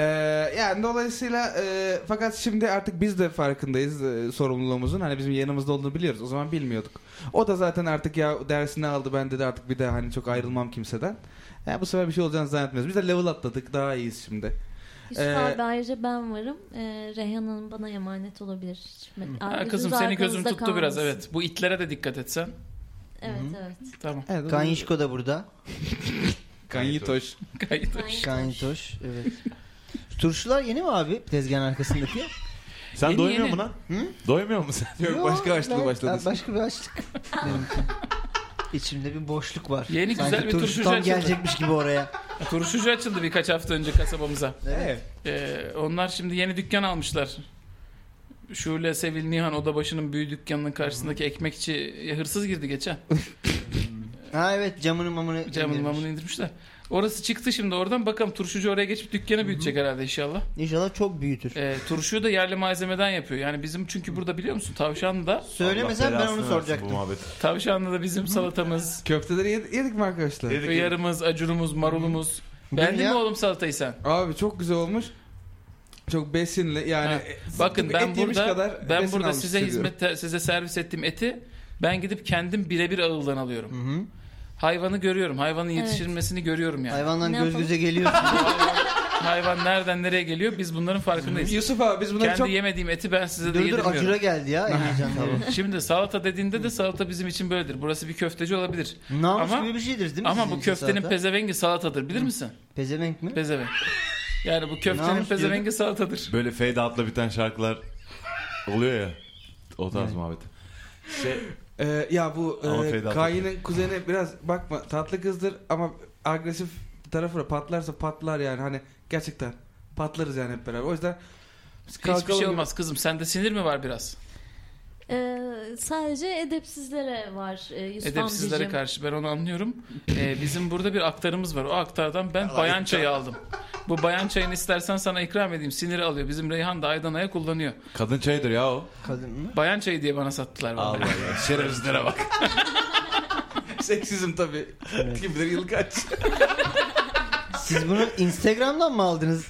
Speaker 2: yani dolayısıyla e, fakat şimdi artık biz de farkındayız e, sorumluluğumuzun. Hani bizim yanımızda olduğunu biliyoruz. O zaman bilmiyorduk. O da zaten artık ya dersini aldı ben dedi artık bir daha hani çok ayrılmam kimseden. Ya bu sefer bir şey olacağını zannetmiyoruz. Biz de level atladık. Daha iyiyiz şimdi.
Speaker 6: Yusuf
Speaker 2: Ee,
Speaker 6: abi ayrıca ben varım. Ee, Reyhan Hanım bana emanet olabilir. Şimdi
Speaker 1: Ha,
Speaker 6: ar-
Speaker 1: kızım
Speaker 6: gözünüz
Speaker 1: seni gözüm
Speaker 6: arkanızda
Speaker 1: tuttu
Speaker 6: kalmasın.
Speaker 1: biraz evet. Bu itlere de dikkat etsen.
Speaker 6: Evet evet.
Speaker 1: Tamam.
Speaker 2: Evet, o-
Speaker 4: Kanyişko da burada.
Speaker 2: Kanyitoş.
Speaker 1: Gayet.
Speaker 6: Aynen.
Speaker 4: Kanyitoş. Evet. Turşular yeni mi abi tezgahın arkasındaki?
Speaker 7: Sen
Speaker 1: Yeni,
Speaker 7: doymuyor
Speaker 1: yeni.
Speaker 7: musun lan? Doymuyor musun sen?
Speaker 2: Yok, başka açlığı
Speaker 4: ben-
Speaker 2: başladı.
Speaker 4: ben Başka bir açlık. Benimki. İçimde bir boşluk var.
Speaker 1: Yeni
Speaker 4: Sanki
Speaker 1: güzel bir
Speaker 4: turşu
Speaker 1: turşucu
Speaker 4: tam
Speaker 1: açıldı.
Speaker 4: gelecekmiş gibi oraya.
Speaker 1: Turşucu açıldı birkaç hafta önce kasabamıza.
Speaker 4: Evet.
Speaker 1: Ee, onlar şimdi yeni dükkan almışlar. Şule Sevil Nihan Odabaşı'nın büyü dükkanının karşısındaki ekmekçi ya, hırsız girdi geçen.
Speaker 4: Ha evet camını mamını.
Speaker 1: Camın
Speaker 4: indirmiş.
Speaker 1: mamını indirmişler. Orası çıktı şimdi oradan. Bakalım turşucu oraya geçip dükkanı büyütecek herhalde inşallah.
Speaker 4: İnşallah çok büyütür.
Speaker 1: Ee, turşuyu da yerli malzemeden yapıyor. Yani bizim çünkü burada biliyor musun Tavşanlı'da,
Speaker 4: Söylemesen
Speaker 7: Allah
Speaker 4: ben
Speaker 7: belasını
Speaker 4: onu
Speaker 7: versin Bu
Speaker 4: soracaktım.
Speaker 7: muhabbet.
Speaker 1: Tavşanlı'da bizim salatamız,
Speaker 2: Köfteleri yed- yedik mi arkadaşlar?
Speaker 7: Dedik ki,
Speaker 1: hıyarımız, acurumuz, marulumuz. Beğendin
Speaker 4: Dünya-
Speaker 1: mi oğlum salatayı sen?
Speaker 2: Abi çok güzel olmuş. Çok besinli yani.
Speaker 1: Ha,
Speaker 2: e,
Speaker 1: Bakın
Speaker 2: et
Speaker 1: ben
Speaker 2: yemiş
Speaker 1: burada
Speaker 2: kadar
Speaker 1: ben
Speaker 2: besin
Speaker 1: burada
Speaker 2: almış
Speaker 1: size
Speaker 2: hissediyorum.
Speaker 1: hizmet size servis ettiğim eti ben gidip kendim birebir ağıldan alıyorum.
Speaker 4: Hı hı.
Speaker 1: Hayvanı görüyorum. Hayvanın
Speaker 6: Evet.
Speaker 1: yetiştirilmesini görüyorum yani.
Speaker 4: Hayvandan
Speaker 6: Ne
Speaker 4: göz
Speaker 6: yapalım?
Speaker 4: göze geliyorsun.
Speaker 1: Hayvan nereden nereye geliyor biz bunların farkındayız.
Speaker 2: Yusuf abi biz bunları
Speaker 1: Kendi
Speaker 2: çok
Speaker 1: yemediğim eti ben size de
Speaker 4: dur dur
Speaker 1: yedirmiyorum.
Speaker 4: acura geldi ya en heyecanlı.
Speaker 1: Şimdi salata dediğinde de salata bizim için böyledir. Burası bir köfteci olabilir.
Speaker 4: Namus
Speaker 1: Ama-
Speaker 4: gibi bir şeydir değil mi?
Speaker 1: Ama
Speaker 4: sizin
Speaker 1: bu
Speaker 4: için
Speaker 1: köftenin
Speaker 4: salata?
Speaker 1: pezevengi salatadır. Bilir misin?
Speaker 4: Pezevenk mi?
Speaker 1: Pezevenk. Yani
Speaker 2: E,
Speaker 1: bu köftenin
Speaker 4: Namus
Speaker 1: pezevengi salatadır.
Speaker 7: Böyle fade out'la biten şarkılar oluyor ya. O tarz muhabbet. Şey,
Speaker 2: Ee, ya bu
Speaker 7: Ama
Speaker 2: e,
Speaker 7: feda
Speaker 2: Kayin'in kuzeni biraz bakma tatlı kızdır ama agresif tarafına patlarsa patlar yani hani gerçekten patlarız yani hep beraber. O yüzden biz
Speaker 1: Hiçbir
Speaker 2: kalkalım.
Speaker 1: şey olmaz kızım. Sende sinir mi var biraz?
Speaker 6: Ee, sadece edepsizlere var e, Yusuf
Speaker 1: Edepsizlere
Speaker 6: amcacığım.
Speaker 1: karşı ben onu anlıyorum. Ee, bizim burada bir aktarımız var. O aktardan ben bayan çayı aldım. Bu bayan çayını istersen sana ikram edeyim. Siniri alıyor. Bizim Reyhan da Aydana'ya kullanıyor.
Speaker 7: kadın çayıdır ya o.
Speaker 4: Kadın mı?
Speaker 1: Bayan çayı diye bana sattılar. vallahi.
Speaker 7: Allah ya. Şerefsizlere bak.
Speaker 2: Seksizim tabii. Kim bilir yıl kaç.
Speaker 4: Siz bunu Instagram'dan mı aldınız?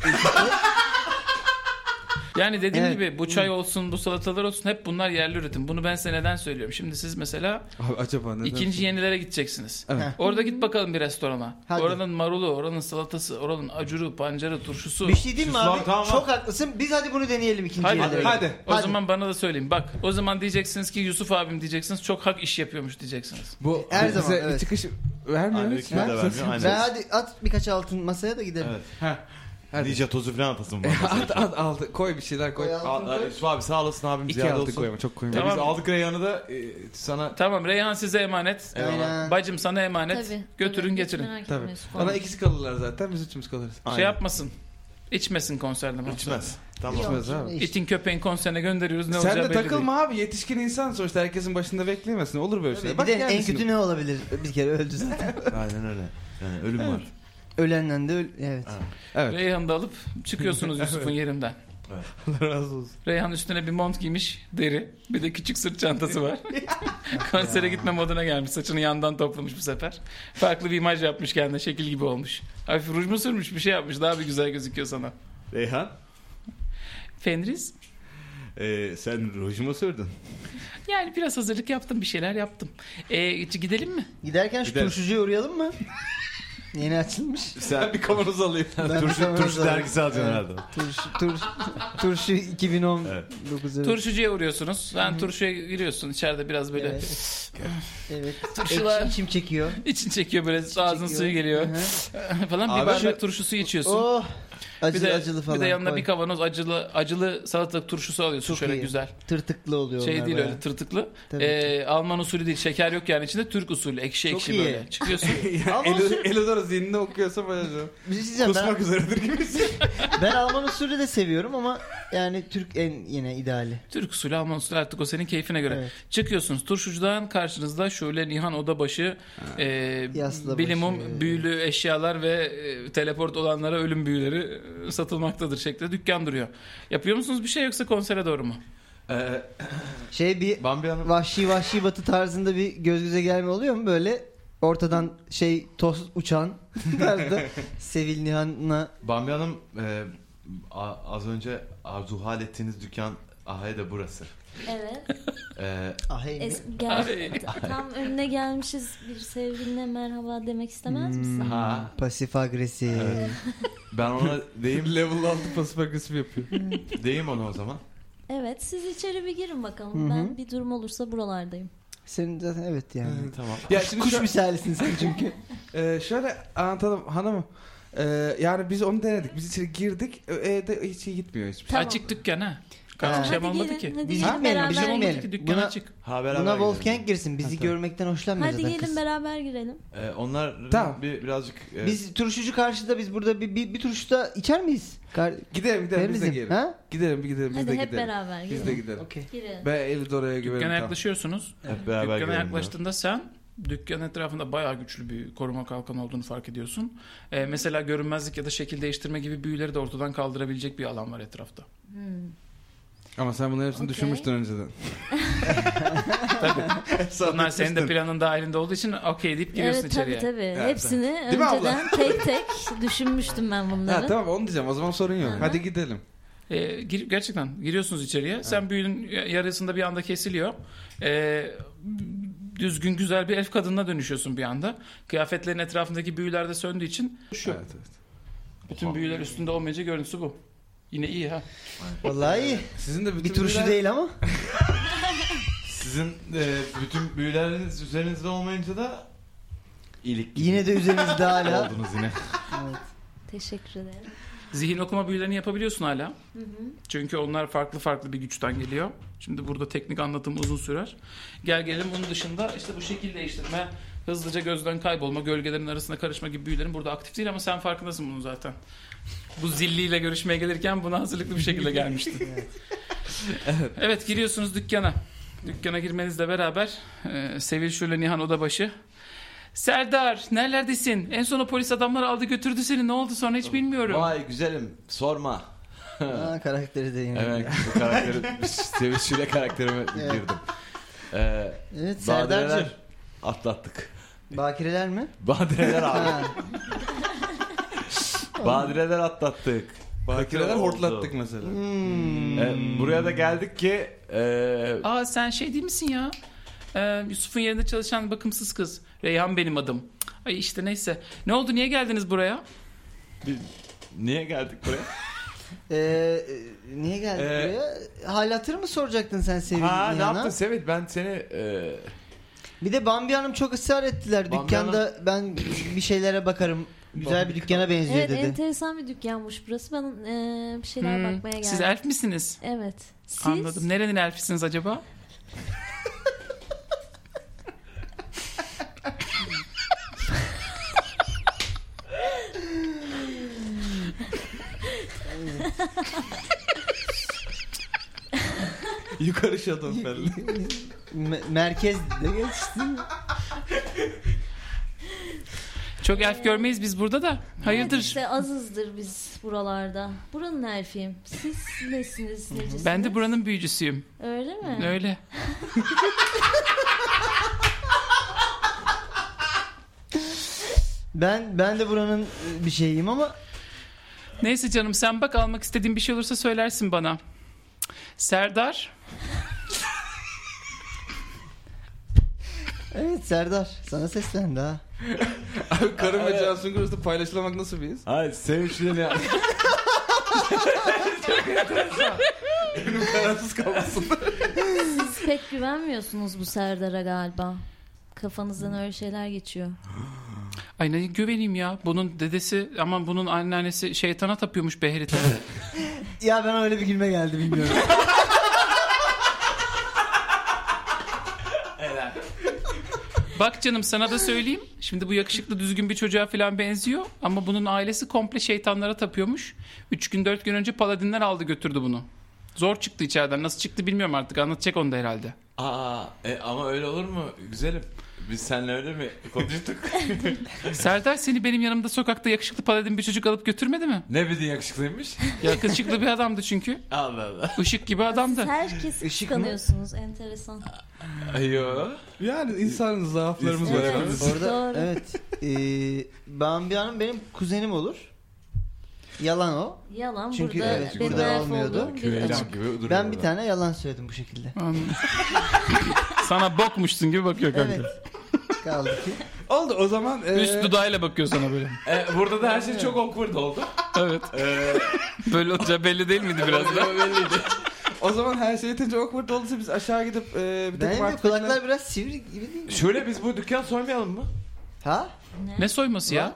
Speaker 1: Yani dediğim
Speaker 4: Evet.
Speaker 1: gibi bu çay olsun, bu salatalar olsun hep bunlar yerli üretim. Bunu ben size neden söylüyorum? Şimdi siz mesela
Speaker 2: Abi acaba neden?
Speaker 1: ikinci yenilere gideceksiniz.
Speaker 2: Evet.
Speaker 4: Heh.
Speaker 1: Orada git bakalım bir restorana.
Speaker 4: Hadi.
Speaker 1: Oranın marulu, oranın salatası, oranın acuru, pancarı, turşusu.
Speaker 4: bir şey diyeyim mi
Speaker 7: Sus
Speaker 4: abi?
Speaker 7: lan, tamam.
Speaker 4: Çok haklısın. Biz hadi bunu deneyelim ikinci
Speaker 1: Hadi.
Speaker 4: yerlere.
Speaker 2: Hadi.
Speaker 1: O zaman bana da söyleyin. Bak o zaman diyeceksiniz ki Yusuf abim diyeceksiniz. Çok hak iş yapıyormuş diyeceksiniz.
Speaker 2: Bu
Speaker 4: Her
Speaker 2: bize
Speaker 4: zaman, evet.
Speaker 2: çıkış
Speaker 7: Annelik
Speaker 2: vermiyoruz.
Speaker 7: Hani de vermiyor.
Speaker 2: Ha?
Speaker 7: Aynen.
Speaker 4: Ben hadi at birkaç altın masaya da gidelim.
Speaker 7: Evet.
Speaker 2: Ha. Hadi.
Speaker 7: Ninja tozu falan atasın var.
Speaker 2: at at aldı. Koy bir şeyler koy.
Speaker 4: Koy
Speaker 2: Al-
Speaker 4: altın koy.
Speaker 7: Yusuf abi sağ olasın abim
Speaker 2: İki
Speaker 7: ziyade
Speaker 2: altı
Speaker 7: olsun.
Speaker 2: koyma çok koyma.
Speaker 7: Ya
Speaker 1: Tamam.
Speaker 7: Biz aldık Reyhan'ı da e, sana
Speaker 1: Tamam Reyhan size emanet.
Speaker 4: Aynen.
Speaker 1: Bacım sana emanet.
Speaker 6: Tabii,
Speaker 1: Götürün
Speaker 6: tabii. Hiç
Speaker 1: getirin.
Speaker 6: merak etme
Speaker 2: Tabii.
Speaker 6: Yusuf
Speaker 2: Ona
Speaker 6: abi.
Speaker 2: ikisi kalırlar zaten biz üçümüz kalırız.
Speaker 1: Şey yapmasın. İçmesin konserden.
Speaker 7: İçmez. Tamam.
Speaker 2: İçmez abi.
Speaker 4: İşte
Speaker 1: İtin köpeğin konserine gönderiyoruz. Ne
Speaker 2: Sen
Speaker 1: olacağı
Speaker 2: de
Speaker 1: belli
Speaker 2: takılma abi yetişkin insan sonuçta herkesin başında beklemesin olur böyle şeyler.
Speaker 4: bir
Speaker 2: Bak
Speaker 4: de en
Speaker 2: gelmesin.
Speaker 4: kötü ne olabilir? Bir kere öldü zaten.
Speaker 7: Aynen öyle. Yani ölüm var.
Speaker 4: Ölenden de öl... Evet.
Speaker 1: değil. Reyhan'ı da alıp çıkıyorsunuz Yusuf'un yerinden.
Speaker 5: Allah razı olsun.
Speaker 1: Reyhan üstüne bir mont giymiş deri. Bir de küçük sırt çantası var. Konsere gitme moduna gelmiş. Saçını yandan toplamış bu sefer. Farklı bir imaj yapmış kendine. Şekil gibi olmuş. Hafif ruj mu sürmüş bir şey yapmış. Daha bir güzel gözüküyor sana.
Speaker 7: Reyhan
Speaker 1: Fenriz.
Speaker 7: e, sen rujumu sürdün.
Speaker 1: Yani biraz hazırlık yaptım. Bir şeyler yaptım. Ee, gidelim mi?
Speaker 4: Giderken şu
Speaker 7: Gidelim.
Speaker 4: turşucuya uğrayalım mı? Yeni açılmış.
Speaker 7: Sen bir
Speaker 2: Kavanoz alayım.
Speaker 7: turşu, turşu dergisi alacaksın herhalde.
Speaker 4: Turşu, turşu, turşu 2019.
Speaker 7: Evet.
Speaker 4: evet.
Speaker 1: Turşucuya uğruyorsunuz. Sen turşuya giriyorsun. İçeride biraz böyle
Speaker 4: Evet. evet.
Speaker 1: Turşular.
Speaker 4: Ekşi içim çekiyor.
Speaker 1: için çekiyor böyle ağzının
Speaker 4: çekiyor.
Speaker 1: suyu geliyor
Speaker 4: Hı
Speaker 1: falan. Bir
Speaker 7: Abi
Speaker 1: bardak
Speaker 7: şu-
Speaker 1: turşu suyu içiyorsun.
Speaker 4: Oh. Acılı
Speaker 1: bir de,
Speaker 4: acılı falan.
Speaker 1: Bir de yanına
Speaker 4: koy.
Speaker 1: bir kavanoz acılı acılı salatalık turşusu alıyorsun
Speaker 4: Çok
Speaker 1: şöyle
Speaker 4: iyi.
Speaker 1: güzel.
Speaker 4: Tırtıklı oluyor
Speaker 1: Şey
Speaker 4: onlar
Speaker 1: değil
Speaker 4: bayağı.
Speaker 1: öyle tırtıklı.
Speaker 4: Tabii
Speaker 1: Ee, Alman usulü değil. Şeker yok yani içinde. Türk usulü. Ekşi
Speaker 4: Çok
Speaker 1: ekşi
Speaker 4: iyi.
Speaker 1: böyle. Çıkıyorsun.
Speaker 4: Ama
Speaker 2: Elodor, Elodor zihninde okuyorsa böyle.
Speaker 4: Bir şey diyeceğim. Ben,
Speaker 2: üzeredir gibisin.
Speaker 4: ben Alman usulü de seviyorum ama yani Türk en yine ideali.
Speaker 1: Türk usulü, Alman usulü artık o senin keyfine göre.
Speaker 4: Evet.
Speaker 1: Çıkıyorsunuz. Turşucudan karşınızda şöyle Nihan Odabaşı, e,
Speaker 4: Yaslabaşı.
Speaker 1: bilimum büyülü eşyalar ve e, teleport olanlara ölüm büyüleri e, satılmaktadır şeklinde dükkan duruyor. Yapıyor musunuz bir şey yoksa konsere doğru mu?
Speaker 5: Ee,
Speaker 4: Şey bir
Speaker 5: Bambi Hanım.
Speaker 4: vahşi vahşi batı tarzında bir göz göze gelme oluyor mu böyle? Ortadan şey toz uçan tarzda Sevil Nihan'la
Speaker 7: Bambi Hanım e, a- az önce arzuhal ettiğiniz dükkan Ahaya da burası.
Speaker 6: Evet.
Speaker 7: E,
Speaker 4: ahey mi?
Speaker 6: Es, gel, tam önüne gelmişiz bir sevgiline merhaba demek istemez misin?
Speaker 7: ha
Speaker 4: pasif agresif.
Speaker 7: Evet. ben ona deyim
Speaker 2: Level 6 pasif agresif yapıyor.
Speaker 7: deyim ona o zaman.
Speaker 6: Evet siz içeri bir girin bakalım.
Speaker 4: Hı hı.
Speaker 6: Ben bir durum olursa buralardayım.
Speaker 4: Senin zaten evet yani.
Speaker 7: tamam.
Speaker 2: ya şimdi
Speaker 4: Kuş
Speaker 2: şu-
Speaker 4: misalisin sen çünkü.
Speaker 2: Ee, şöyle anlatalım hanımım. Ee, yani biz onu denedik. Biz içeri girdik. Ee, Evde hiç iyi gitmiyor hiçbir şey.
Speaker 6: Tamam.
Speaker 1: Açık dükkan ha.
Speaker 4: Ha.
Speaker 1: Karşı şey olmadı
Speaker 6: gelin,
Speaker 1: ki.
Speaker 6: Hadi
Speaker 4: Biz
Speaker 6: gelin
Speaker 4: gitmeyelim,
Speaker 6: beraber
Speaker 4: biz
Speaker 1: Şey olmadı
Speaker 4: gidelim.
Speaker 1: ki dükkan
Speaker 4: Buna-
Speaker 1: açık.
Speaker 7: Ha beraber
Speaker 4: Buna
Speaker 7: gidelim.
Speaker 4: Wolfgang girsin. Bizi
Speaker 2: Ha, tamam.
Speaker 4: görmekten hoşlanmıyor
Speaker 6: Hadi
Speaker 4: zaten
Speaker 6: gelin
Speaker 4: kız.
Speaker 6: beraber girelim.
Speaker 7: E, onlar
Speaker 2: Tamam.
Speaker 7: bir birazcık e,
Speaker 4: Biz turşucu karşıda biz burada bir, bir, bir turşuda içer miyiz? Kar
Speaker 2: Gidelim gidelim biz de
Speaker 4: Denizim,
Speaker 2: gidelim.
Speaker 4: ha?
Speaker 2: Gidelim gidelim biz
Speaker 6: Hadi
Speaker 2: de
Speaker 6: hep
Speaker 2: gidelim.
Speaker 6: beraber
Speaker 2: Biz
Speaker 6: girin.
Speaker 2: de gidelim.
Speaker 4: Okey.
Speaker 6: girin.
Speaker 2: Ben Elidora'ya güvenim
Speaker 1: Dükkana
Speaker 2: tamam.
Speaker 1: yaklaşıyorsunuz.
Speaker 7: hep beraber
Speaker 1: Dükkana
Speaker 7: gidelim diyor.
Speaker 1: yaklaştığında sen dükkan etrafında bayağı güçlü bir koruma kalkan olduğunu fark ediyorsun. Ee, mesela görünmezlik ya da şekil değiştirme gibi büyüleri de ortadan kaldırabilecek bir alan var etrafta.
Speaker 6: Hmm.
Speaker 2: Ama sen bunların hepsini
Speaker 6: Okey.
Speaker 2: düşünmüştün önceden.
Speaker 1: Bunlar senin de planın dahilinde olduğu için okey deyip giriyorsun
Speaker 6: Evet tabii
Speaker 1: içeriye.
Speaker 6: tabii. Hepsini
Speaker 2: Değil mi abla?
Speaker 6: önceden tek tek düşünmüştüm ben bunları.
Speaker 2: Ha, tamam onu diyeceğim o zaman sorun yok.
Speaker 6: Hı hı.
Speaker 2: Hadi gidelim.
Speaker 1: Ee, gir- gerçekten giriyorsunuz içeriye. Sen büyünün yarısında bir anda kesiliyor. Ee, düzgün güzel bir elf kadınına dönüşüyorsun bir anda. Kıyafetlerin etrafındaki büyüler de söndüğü için şu.
Speaker 2: Evet, evet.
Speaker 1: Bütün büyüler üstünde olmayınca görüntüsü bu. Yine iyi ha.
Speaker 4: Vallahi iyi.
Speaker 2: Sizin de bütün
Speaker 4: Bir turşu
Speaker 2: birer-
Speaker 4: değil ama.
Speaker 7: Sizin e, bütün büyüleriniz üzerinizde olmayınca da iyilik gibi
Speaker 4: Yine de üzerimizde hala.
Speaker 7: oldunuz yine.
Speaker 6: Teşekkür ederim.
Speaker 1: Zihin okuma büyülerini yapabiliyorsun hala.
Speaker 6: Hı hı.
Speaker 1: Çünkü onlar farklı farklı bir güçten geliyor. Şimdi burada teknik anlatım uzun sürer. Gel gelelim bunun dışında işte bu şekil değiştirme, hızlıca gözden kaybolma, gölgelerin arasına karışma gibi büyülerin burada aktif değil ama sen farkındasın bunu zaten. Bu zilliyle görüşmeye gelirken buna hazırlıklı bir şekilde gelmiştin. evet. giriyorsunuz dükkana. Dükkana girmenizle beraber e, Sevil şöyle Nihan Odabaşı. Serdar nerelerdesin? En son o polis adamları aldı götürdü seni. Ne oldu sonra hiç bilmiyorum.
Speaker 7: Vay güzelim sorma.
Speaker 4: Aa, karakteri de yine.
Speaker 7: Hemen bu karakteri sevişiyle karakterime
Speaker 4: Evet.
Speaker 7: girdim. Ee,
Speaker 4: Evet Serdar'cığım.
Speaker 7: badireler atlattık.
Speaker 4: Bakireler mi?
Speaker 7: Badireler abi.
Speaker 4: Ha.
Speaker 7: Badireler atlattık.
Speaker 2: Bakireler
Speaker 7: Kötü oldu.
Speaker 2: hortlattık mesela.
Speaker 4: Hmm.
Speaker 7: Ee, buraya da geldik ki e,
Speaker 1: Aa sen şey değil misin ya? Ee, Yusuf'un yerinde çalışan bakımsız kız. Reyhan benim adım. Ay işte neyse. Ne oldu niye geldiniz buraya?
Speaker 7: bir- niye geldik buraya?
Speaker 4: Ee, e, niye geldin
Speaker 7: Ee,
Speaker 4: buraya? Hal hatır mı soracaktın sen sevgili
Speaker 7: ha ne
Speaker 4: Nihan'a?
Speaker 7: yaptın Sevil? Ben seni e,
Speaker 4: Bir de Bambi Hanım çok ısrar ettiler.
Speaker 7: Bambi
Speaker 4: Dükkanda ben bir şeylere bakarım. Güzel bir dükkana benziyor
Speaker 6: Evet
Speaker 4: dedi.
Speaker 6: enteresan bir dükkanmış burası. Ben e, bir şeyler
Speaker 1: Hmm,
Speaker 6: bakmaya geldim.
Speaker 1: Siz elf misiniz?
Speaker 6: Evet. Siz?
Speaker 1: Anladım. Nerenin elfisiniz acaba?
Speaker 2: Yukarı Şatonfelli.
Speaker 4: Me- merkezde geçti.
Speaker 1: Çok
Speaker 6: Ee,
Speaker 1: elf görmeyiz biz burada da.
Speaker 6: Evet,
Speaker 1: Hayırdır?
Speaker 6: İşte azızdır biz buralarda. Buranın elfiyim. Siz nesiniz? necisiniz?
Speaker 1: Ben de buranın büyücüsüyüm.
Speaker 6: Öyle mi?
Speaker 1: Öyle.
Speaker 4: Ben ben de buranın e, bir şeyiyim ama
Speaker 1: Neyse canım sen bak almak istediğin bir şey olursa söylersin bana. Serdar.
Speaker 4: evet Serdar sana seslendi ha.
Speaker 2: Abi karım ve Can Sungur arasında paylaşılamak nasıl bir his?
Speaker 7: Hayır sevişlerini yap.
Speaker 2: Kararsız kalmasın.
Speaker 6: Siz pek güvenmiyorsunuz bu Serdar'a galiba. Kafanızdan öyle şeyler geçiyor.
Speaker 1: Ay ne güveneyim ya. Bunun dedesi aman bunun anneannesi şeytana tapıyormuş Behrit'e.
Speaker 4: Ya ben öyle bir gülme geldi bilmiyorum.
Speaker 1: bak canım sana da söyleyeyim. Şimdi bu yakışıklı düzgün bir çocuğa falan benziyor. Ama bunun ailesi komple şeytanlara tapıyormuş. Üç gün dört gün önce paladinler aldı götürdü bunu. Zor çıktı içeriden. Nasıl çıktı bilmiyorum artık. Anlatacak onu da herhalde.
Speaker 7: Aa e, ama öyle olur mu güzelim? Biz seninle öyle mi konuştuk?
Speaker 1: Serdar seni benim yanımda sokakta yakışıklı paladin bir çocuk alıp götürmedi mi?
Speaker 7: ne bildin yakışıklıymış?
Speaker 1: Yakışıklı bir adamdı çünkü.
Speaker 7: Allah Allah.
Speaker 1: Işık gibi adamdı.
Speaker 6: Siz herkes
Speaker 4: Işık mı?
Speaker 6: kıskanıyorsunuz. Enteresan.
Speaker 7: Ayo.
Speaker 2: Yani insanın zaaflarımız var.
Speaker 6: Evet.
Speaker 2: hepimiz.
Speaker 4: Orada
Speaker 6: Doğru.
Speaker 4: evet. Ee, Bambi Hanım benim kuzenim olur. Yalan o.
Speaker 6: Yalan
Speaker 4: Çünkü
Speaker 6: burada
Speaker 4: evet,
Speaker 6: benim
Speaker 4: burada
Speaker 6: elf
Speaker 4: olmuyordu.
Speaker 6: olduğum bir
Speaker 7: Küveylem
Speaker 6: açık.
Speaker 7: gibi duruyor.
Speaker 4: Ben bir tane yalan söyledim bu şekilde.
Speaker 1: Anladım. sana bokmuşsun gibi bakıyor kanka.
Speaker 4: Evet. Kaldı ki.
Speaker 2: Oldu o zaman. e,
Speaker 1: Üst dudağıyla bakıyor sana böyle.
Speaker 7: E, burada da her şey çok awkward oldu.
Speaker 1: Evet.
Speaker 7: E,
Speaker 1: Böyle olacağı belli değil miydi biraz da?
Speaker 7: belliydi.
Speaker 2: O zaman her şey yetince awkward olduysa biz aşağı gidip e, bir takım
Speaker 4: Benim de
Speaker 2: artifaklar-
Speaker 4: kulaklar biraz sivri gibi değil mi?
Speaker 7: Şöyle biz bu dükkan soymayalım mı?
Speaker 4: Ha?
Speaker 1: Ne soyması ya?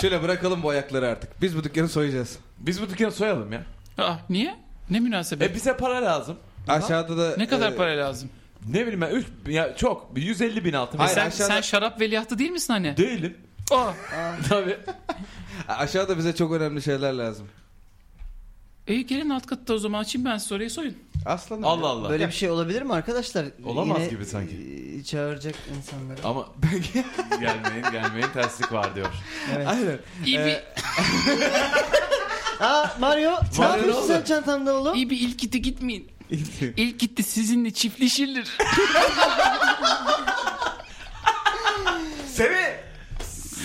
Speaker 2: Şöyle bırakalım bu ayakları artık. Biz bu dükkanı soyacağız.
Speaker 7: Biz bu dükkanı soyalım ya.
Speaker 1: Aa, niye? Ne münasebet?
Speaker 7: E bize para lazım.
Speaker 2: Aşağıda da...
Speaker 1: ne kadar
Speaker 2: e,
Speaker 1: para lazım?
Speaker 7: Ne bileyim ben 3 ya çok 150 bin altın.
Speaker 2: Hayır,
Speaker 1: E sen,
Speaker 2: aşağıda-
Speaker 1: sen şarap veliahtı değil misin hani?
Speaker 7: Değilim.
Speaker 1: Aa,
Speaker 7: Tabii.
Speaker 2: Aşağıda bize çok önemli şeyler lazım.
Speaker 1: e, gelin alt katta o zaman açayım ben size orayı soyun.
Speaker 2: Aslanım.
Speaker 7: Allah Allah.
Speaker 4: Böyle bir şey olabilir mi arkadaşlar?
Speaker 7: Olamaz
Speaker 4: Yine,
Speaker 7: gibi sanki.
Speaker 4: e, Çağıracak insanları.
Speaker 2: şey-
Speaker 7: Ama gelmeyin gelmeyin terslik var diyor.
Speaker 4: Evet.
Speaker 2: Aynen.
Speaker 1: İyi bir,
Speaker 4: Aa Mario, ne
Speaker 7: Mario ne
Speaker 4: yapıyorsun sen
Speaker 7: oldu?
Speaker 4: çantamda oğlum?
Speaker 1: iyi bir ilk iti gitmeyin. İlk gitti sizinle çiftleşilir.
Speaker 2: Sevil!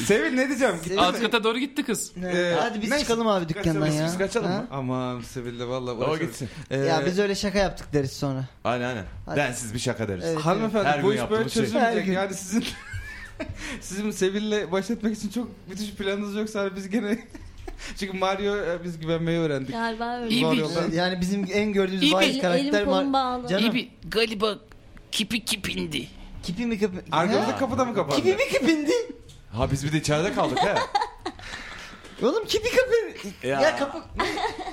Speaker 2: Sevil ne diyeceğim? Gittin
Speaker 1: alt
Speaker 2: mi?
Speaker 1: kata doğru gitti kız.
Speaker 4: Evet.
Speaker 2: Ee,
Speaker 4: Hadi biz
Speaker 2: neyse.
Speaker 4: çıkalım abi dükkandan
Speaker 2: Biz-
Speaker 4: ya.
Speaker 2: Biz kaçalım
Speaker 4: Ha?
Speaker 2: mı? Aman Sevil de valla
Speaker 7: O
Speaker 2: uğraşalım.
Speaker 7: gitsin.
Speaker 2: Ee,
Speaker 4: Ya biz öyle şaka yaptık deriz sonra.
Speaker 7: Aynen aynen.
Speaker 4: Hadi.
Speaker 7: Densiz bir şaka deriz.
Speaker 4: Evet.
Speaker 2: Hanımefendi
Speaker 7: Her
Speaker 2: bu
Speaker 7: gün
Speaker 2: iş böyle
Speaker 7: yaptığımız şey.
Speaker 4: Her
Speaker 2: çözülmeyecek.
Speaker 4: gün.
Speaker 2: Yani sizin... sizin Sevil'le baş etmek için çok müthiş planınız yoksa hani biz gene... Çünkü Mario e, biz güvenmeyi öğrendik.
Speaker 6: Galiba öyle.
Speaker 1: İyi
Speaker 2: Var
Speaker 1: bir-
Speaker 2: yolda.
Speaker 4: Evet, Yani bizim en gördüğümüz
Speaker 1: İyi
Speaker 4: vahis
Speaker 1: bir-
Speaker 4: karakter
Speaker 6: Elim kolum
Speaker 4: Mar-
Speaker 6: bağlı.
Speaker 4: Canım.
Speaker 1: İyi bir galiba kipi kipindi.
Speaker 4: Kipi mi kipi?
Speaker 2: Arkamızda
Speaker 4: Ha?
Speaker 2: kapıda mı kapandı?
Speaker 4: Kipi mi kipindi?
Speaker 7: Ha biz bir de içeride kaldık he.
Speaker 4: Oğlum kipi kapı.
Speaker 7: Ya.
Speaker 4: Ya, kapı.